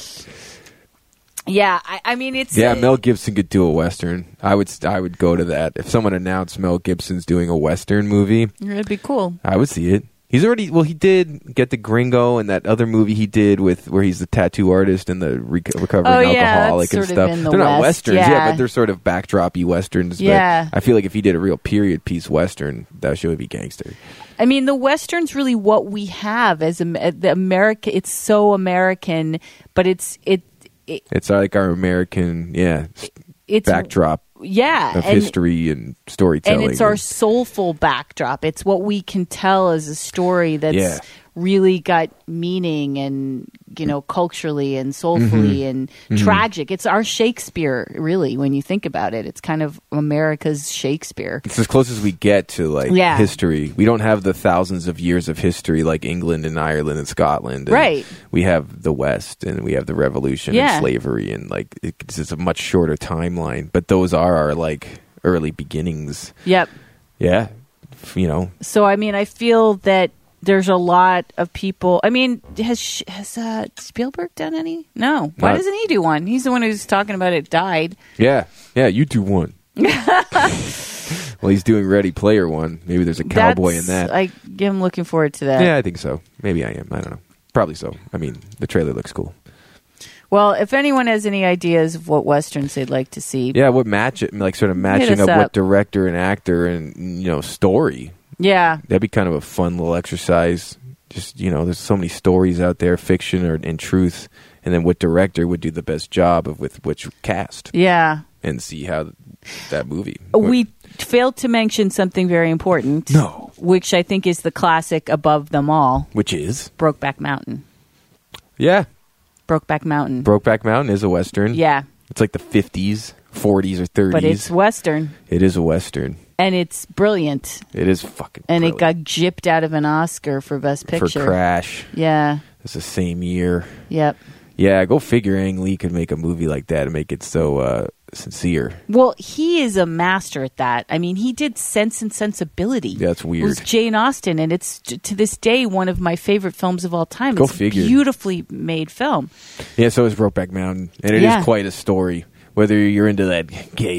[SPEAKER 1] Yeah, I, I mean it's
[SPEAKER 2] Yeah, Mel Gibson could do a western. I would st- I would go to that. If someone announced Mel Gibson's doing a western movie,
[SPEAKER 1] It'd be cool.
[SPEAKER 2] I would see it. He's already well. He did get the Gringo and that other movie he did with where he's the tattoo artist and the reco- recovering
[SPEAKER 1] Oh, yeah, that's
[SPEAKER 2] alcoholic and
[SPEAKER 1] sort of
[SPEAKER 2] stuff.
[SPEAKER 1] in the
[SPEAKER 2] they're not
[SPEAKER 1] West,
[SPEAKER 2] westerns, yeah.
[SPEAKER 1] yeah.
[SPEAKER 2] but they're sort of backdroppy westerns. but
[SPEAKER 1] Yeah.
[SPEAKER 2] I feel like if he did a real period piece western, that show would be gangster.
[SPEAKER 1] I mean, the western's really what we have as a, the America. It's so American, but it's it, it
[SPEAKER 2] It's like our American, yeah, s-
[SPEAKER 1] it's
[SPEAKER 2] backdrop
[SPEAKER 1] yeah,
[SPEAKER 2] of
[SPEAKER 1] and,
[SPEAKER 2] history and storytelling.
[SPEAKER 1] and it's our soulful backdrop. It's what we can tell as a story that's
[SPEAKER 2] Yeah.
[SPEAKER 1] really got meaning and you know culturally and soulfully
[SPEAKER 2] Mm-hmm.
[SPEAKER 1] and tragic. It's our Shakespeare, really. When you think about it, it's kind of America's Shakespeare.
[SPEAKER 2] It's as close as we get to like
[SPEAKER 1] Yeah.
[SPEAKER 2] history. We don't have the thousands of years of history like England and Ireland and Scotland. And
[SPEAKER 1] Right.
[SPEAKER 2] We have the West and we have the Revolution
[SPEAKER 1] Yeah.
[SPEAKER 2] and slavery and like it's just a much shorter timeline. But those are our like early beginnings.
[SPEAKER 1] Yep.
[SPEAKER 2] Yeah. F- You know,
[SPEAKER 1] So I mean, I feel that there's a lot of people. I mean, has sh- has uh, Spielberg done any? No. Why
[SPEAKER 2] Not-
[SPEAKER 1] doesn't he do one? He's the one who's talking about it died.
[SPEAKER 2] yeah, yeah. You do one. well, he's doing Ready Player One. Maybe there's a cowboy in
[SPEAKER 1] That's-
[SPEAKER 2] that.
[SPEAKER 1] I am looking forward to that.
[SPEAKER 2] yeah, I think so. Maybe I am. I don't know. Probably so. I mean, the trailer looks cool.
[SPEAKER 1] Well, if anyone has any ideas of what westerns they'd like to see,
[SPEAKER 2] Yeah, what match it like sort of
[SPEAKER 1] us
[SPEAKER 2] matching up,
[SPEAKER 1] up.
[SPEAKER 2] what director and actor and you know story.
[SPEAKER 1] yeah,
[SPEAKER 2] That'd be kind of a fun little exercise. Just you know, there's so many stories out there, fiction or in truth, and then what director would do the best job of with which cast,
[SPEAKER 1] yeah.
[SPEAKER 2] and see how that movie.
[SPEAKER 1] We failed to mention something very important.
[SPEAKER 2] No.
[SPEAKER 1] which I think is the classic above them all,
[SPEAKER 2] which is
[SPEAKER 1] Brokeback Mountain.
[SPEAKER 2] yeah,
[SPEAKER 1] Brokeback Mountain.
[SPEAKER 2] Brokeback Mountain is a western.
[SPEAKER 1] yeah,
[SPEAKER 2] it's like the 50s, 40s or 30s.
[SPEAKER 1] but it's western
[SPEAKER 2] it is a western.
[SPEAKER 1] and it's brilliant.
[SPEAKER 2] It is fucking.
[SPEAKER 1] and it got
[SPEAKER 2] brilliant.
[SPEAKER 1] gypped out of an Oscar for Best Picture.
[SPEAKER 2] for Crash.
[SPEAKER 1] Yeah.
[SPEAKER 2] It's the same year.
[SPEAKER 1] Yep.
[SPEAKER 2] Yeah, go figure. Ang Lee could make a movie like that and make it so uh, sincere.
[SPEAKER 1] Well, he is a master at that. I mean, he did Sense and Sensibility.
[SPEAKER 2] That's
[SPEAKER 1] It was
[SPEAKER 2] weird.
[SPEAKER 1] Jane Austen, and it's t- to this day one of my favorite films of all time.
[SPEAKER 2] Go
[SPEAKER 1] it's
[SPEAKER 2] figure.
[SPEAKER 1] a beautifully made film.
[SPEAKER 2] Yeah, so is Brokeback Mountain, and it is
[SPEAKER 1] Yeah.
[SPEAKER 2] quite a story. Whether you're into that gay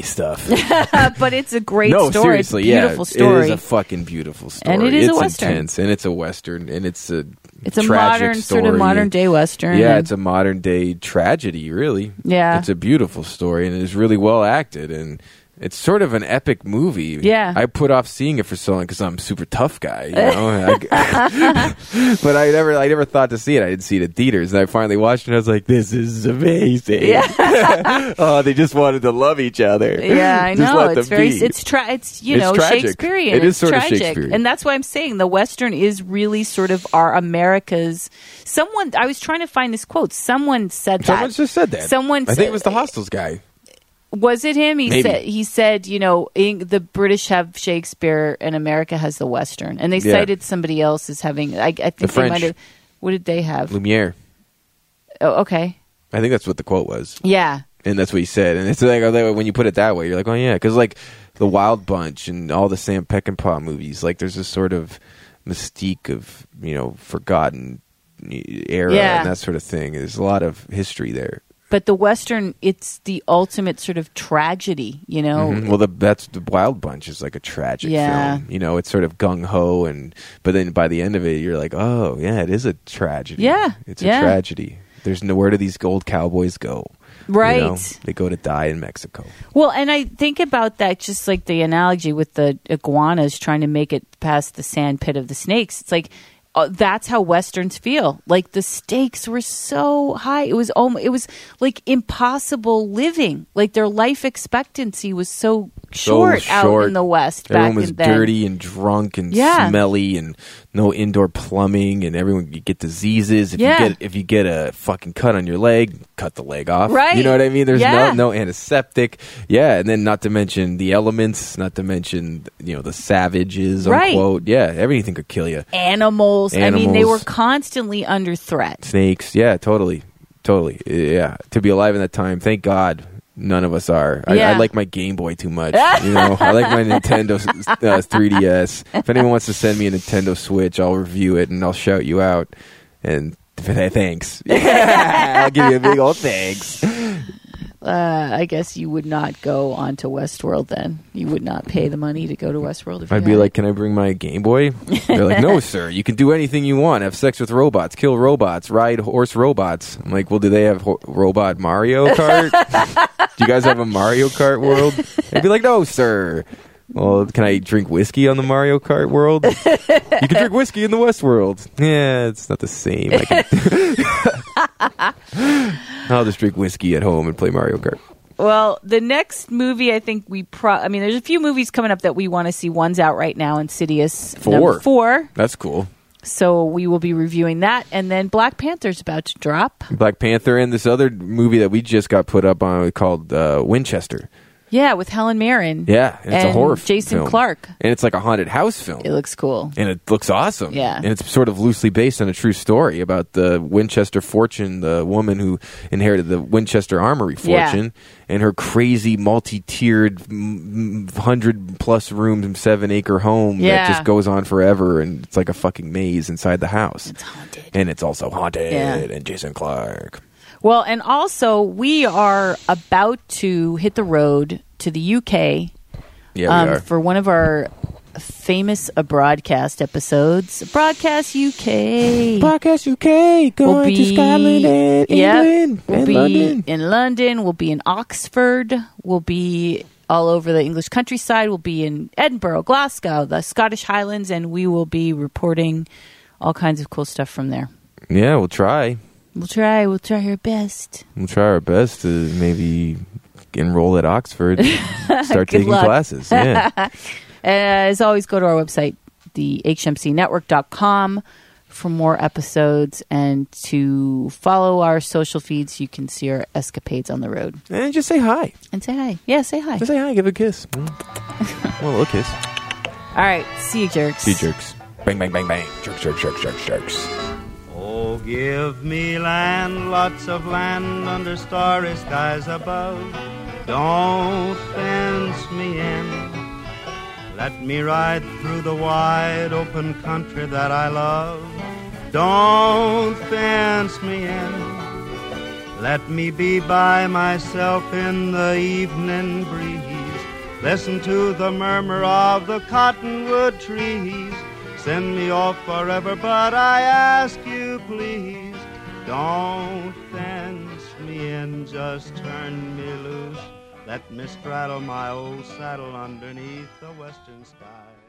[SPEAKER 2] stuff,
[SPEAKER 1] Uh, but it's a great
[SPEAKER 2] no,
[SPEAKER 1] story.
[SPEAKER 2] seriously,
[SPEAKER 1] beautiful
[SPEAKER 2] yeah,
[SPEAKER 1] story.
[SPEAKER 2] it is a fucking beautiful story,
[SPEAKER 1] And it is a
[SPEAKER 2] it's
[SPEAKER 1] western.
[SPEAKER 2] intense, and it's a western, and it's a
[SPEAKER 1] it's a
[SPEAKER 2] tragic
[SPEAKER 1] modern,
[SPEAKER 2] story.
[SPEAKER 1] sort of modern day Western.
[SPEAKER 2] Yeah,
[SPEAKER 1] and-
[SPEAKER 2] it's a modern day tragedy, really.
[SPEAKER 1] Uh-huh. Yeah.
[SPEAKER 2] It's a beautiful story and it is really well acted and it's sort of an epic movie.
[SPEAKER 1] Yeah.
[SPEAKER 2] I put off seeing it for so long because I'm a super tough guy, you know. I- but I never, I never thought to see it. I didn't see it at theaters, and I finally watched it. and I was like, "This is amazing!" oh, they just wanted to love each other.
[SPEAKER 1] Yeah, I
[SPEAKER 2] Just
[SPEAKER 1] know.
[SPEAKER 2] let
[SPEAKER 1] It's
[SPEAKER 2] them
[SPEAKER 1] very.
[SPEAKER 2] be.
[SPEAKER 1] It's tra- It's you
[SPEAKER 2] It's
[SPEAKER 1] know
[SPEAKER 2] tragic.
[SPEAKER 1] Shakespearean.
[SPEAKER 2] It is
[SPEAKER 1] It's
[SPEAKER 2] sort of
[SPEAKER 1] tragic.
[SPEAKER 2] Shakespearean.
[SPEAKER 1] and that's why I'm saying the Western is really sort of our America's. Someone I was trying to find this quote. Someone said
[SPEAKER 2] Someone
[SPEAKER 1] that.
[SPEAKER 2] just said that.
[SPEAKER 1] Someone
[SPEAKER 2] I think it was the
[SPEAKER 1] said-
[SPEAKER 2] Hostels guy.
[SPEAKER 1] was it him? He
[SPEAKER 2] Maybe.
[SPEAKER 1] said he said you know Eng- the British have Shakespeare and America has the Western, and they
[SPEAKER 2] Yeah.
[SPEAKER 1] cited somebody else as having. I, I think
[SPEAKER 2] The
[SPEAKER 1] they might
[SPEAKER 2] French.
[SPEAKER 1] have. What did they have?
[SPEAKER 2] Lumiere.
[SPEAKER 1] Oh, okay.
[SPEAKER 2] I think that's what the quote was.
[SPEAKER 1] Yeah.
[SPEAKER 2] and that's what he said. And it's like oh, that- when you put it that way, you're like, oh yeah, because like the Wild Bunch and all the Sam Peckinpah movies, like there's this sort of mystique of you know forgotten e, era
[SPEAKER 1] Yeah.
[SPEAKER 2] and that sort of thing. There's a lot of history there.
[SPEAKER 1] But the Western, it's the ultimate sort of tragedy, you know?
[SPEAKER 2] Mhm. Well, the that's the Wild Bunch is like a tragic
[SPEAKER 1] Oh. Yeah.
[SPEAKER 2] film. You know, it's sort of gung ho, and but then by the end of it, you're like, oh yeah, it is a tragedy.
[SPEAKER 1] Yeah.
[SPEAKER 2] it's a
[SPEAKER 1] Yeah.
[SPEAKER 2] tragedy. There's no where do these gold cowboys go? You know?
[SPEAKER 1] Right.
[SPEAKER 2] they go to die in Mexico.
[SPEAKER 1] Well, and I think about that just like the analogy with the iguanas trying to make it past the sand pit of the snakes. It's like uh, that's how westerns feel. Like the stakes were so high. It was almost it was like impossible living. Like their life expectancy was so short, out
[SPEAKER 2] short.
[SPEAKER 1] in the west back
[SPEAKER 2] everyone was
[SPEAKER 1] in then.
[SPEAKER 2] dirty and drunk and
[SPEAKER 1] Yeah.
[SPEAKER 2] smelly and no indoor plumbing and everyone you get diseases if
[SPEAKER 1] Yeah.
[SPEAKER 2] you get if you get a fucking cut on your leg cut the leg off
[SPEAKER 1] Right.
[SPEAKER 2] you know what i mean there's
[SPEAKER 1] Yeah.
[SPEAKER 2] no no antiseptic yeah and then not to mention the elements not to mention you know the savages
[SPEAKER 1] Right.
[SPEAKER 2] unquote yeah everything could kill you
[SPEAKER 1] Animals. I mean, they
[SPEAKER 2] Animals.
[SPEAKER 1] were constantly under threat.
[SPEAKER 2] snakes yeah totally totally yeah to be alive in that time thank god None of us are. I,
[SPEAKER 1] Yeah.
[SPEAKER 2] I like my Game Boy too much. You know, I like my Nintendo s- uh, 3DS. If anyone wants to send me a Nintendo Switch, I'll review it and I'll shout you out. And th- thanks. I'll give you a big old thanks.
[SPEAKER 1] uh, I guess you would not go on to Westworld then. You would not pay the money to go to Westworld. If you
[SPEAKER 2] I'd be
[SPEAKER 1] had
[SPEAKER 2] like, "Can I bring my Game Boy?" They're like, "No, sir. You can do anything you want. Have sex with robots, kill robots, ride horse robots." I'm like, "Well, do they have ho- robot Mario Kart? do you guys have a Mario Kart world?" They'd be like, "No, sir." Well, can I drink whiskey on the Mario Kart world? you can drink whiskey in the West world. Yeah, it's not the same. I can- I'll just drink whiskey at home and play Mario Kart.
[SPEAKER 1] Well, the next movie I think we pro I mean there's a few movies coming up that we want to see. One's out right now, Insidious number
[SPEAKER 2] Four.
[SPEAKER 1] four.
[SPEAKER 2] That's cool.
[SPEAKER 1] So we will be reviewing that and then Black Panther's about to drop.
[SPEAKER 2] Black Panther and this other movie that we just got put up on called uh, Winchester.
[SPEAKER 1] Yeah, with Helen Mirren.
[SPEAKER 2] Yeah, and it's
[SPEAKER 1] And
[SPEAKER 2] a horror
[SPEAKER 1] Jason
[SPEAKER 2] film.
[SPEAKER 1] Clarke.
[SPEAKER 2] and it's like a haunted house film,
[SPEAKER 1] It looks cool.
[SPEAKER 2] and it looks awesome.
[SPEAKER 1] Yeah.
[SPEAKER 2] and it's sort of loosely based on a true story about the Winchester fortune, the woman who inherited the Winchester Armory
[SPEAKER 1] Yeah.
[SPEAKER 2] fortune, and her crazy multi-tiered, hundred plus room, seven acre home
[SPEAKER 1] Yeah.
[SPEAKER 2] that just goes on forever, and it's like a fucking maze inside the house,
[SPEAKER 1] It's haunted.
[SPEAKER 2] and it's also haunted,
[SPEAKER 1] Yeah.
[SPEAKER 2] and Jason Clark.
[SPEAKER 1] Well, and also we are about to hit the road to the UK
[SPEAKER 2] Yeah, we
[SPEAKER 1] um,
[SPEAKER 2] are.
[SPEAKER 1] for one of our famous broadcast episodes. Broadcast UK.
[SPEAKER 2] Podcast UK going
[SPEAKER 1] we'll be
[SPEAKER 2] to Scotland and
[SPEAKER 1] yeah,
[SPEAKER 2] England
[SPEAKER 1] we'll
[SPEAKER 2] and
[SPEAKER 1] be
[SPEAKER 2] London.
[SPEAKER 1] in London. We'll be in Oxford. We'll be all over the English countryside. We'll be in Edinburgh, Glasgow, the Scottish Highlands, and we will be reporting all kinds of cool stuff from there.
[SPEAKER 2] Yeah, we'll try.
[SPEAKER 1] We'll try. We'll try our best.
[SPEAKER 2] We'll try our best to maybe enroll at Oxford, start taking
[SPEAKER 1] luck.
[SPEAKER 2] classes. Yeah,
[SPEAKER 1] And Uh, as always, go to our website, thehmcnetwork.com, for more episodes and to follow our social feeds. You can see our escapades on the road
[SPEAKER 2] and just say hi.
[SPEAKER 1] and say hi. Yeah, say hi.
[SPEAKER 2] Just say hi. Give a kiss. Mm. Well, a little kiss.
[SPEAKER 1] All right. See you, jerks.
[SPEAKER 2] See jerks. Bang bang bang bang. Jerks jerks jerks jerks jerks.
[SPEAKER 3] Oh, give me land, lots of land under starry skies above. Don't fence me in. Let me ride through the wide open country that I love. Don't fence me in. Let me be by myself in the evening breeze. Listen to the murmur of the cottonwood trees. Send me off forever, but I ask you, please, don't fence me in, just turn me loose. Let me straddle my old saddle underneath the western sky.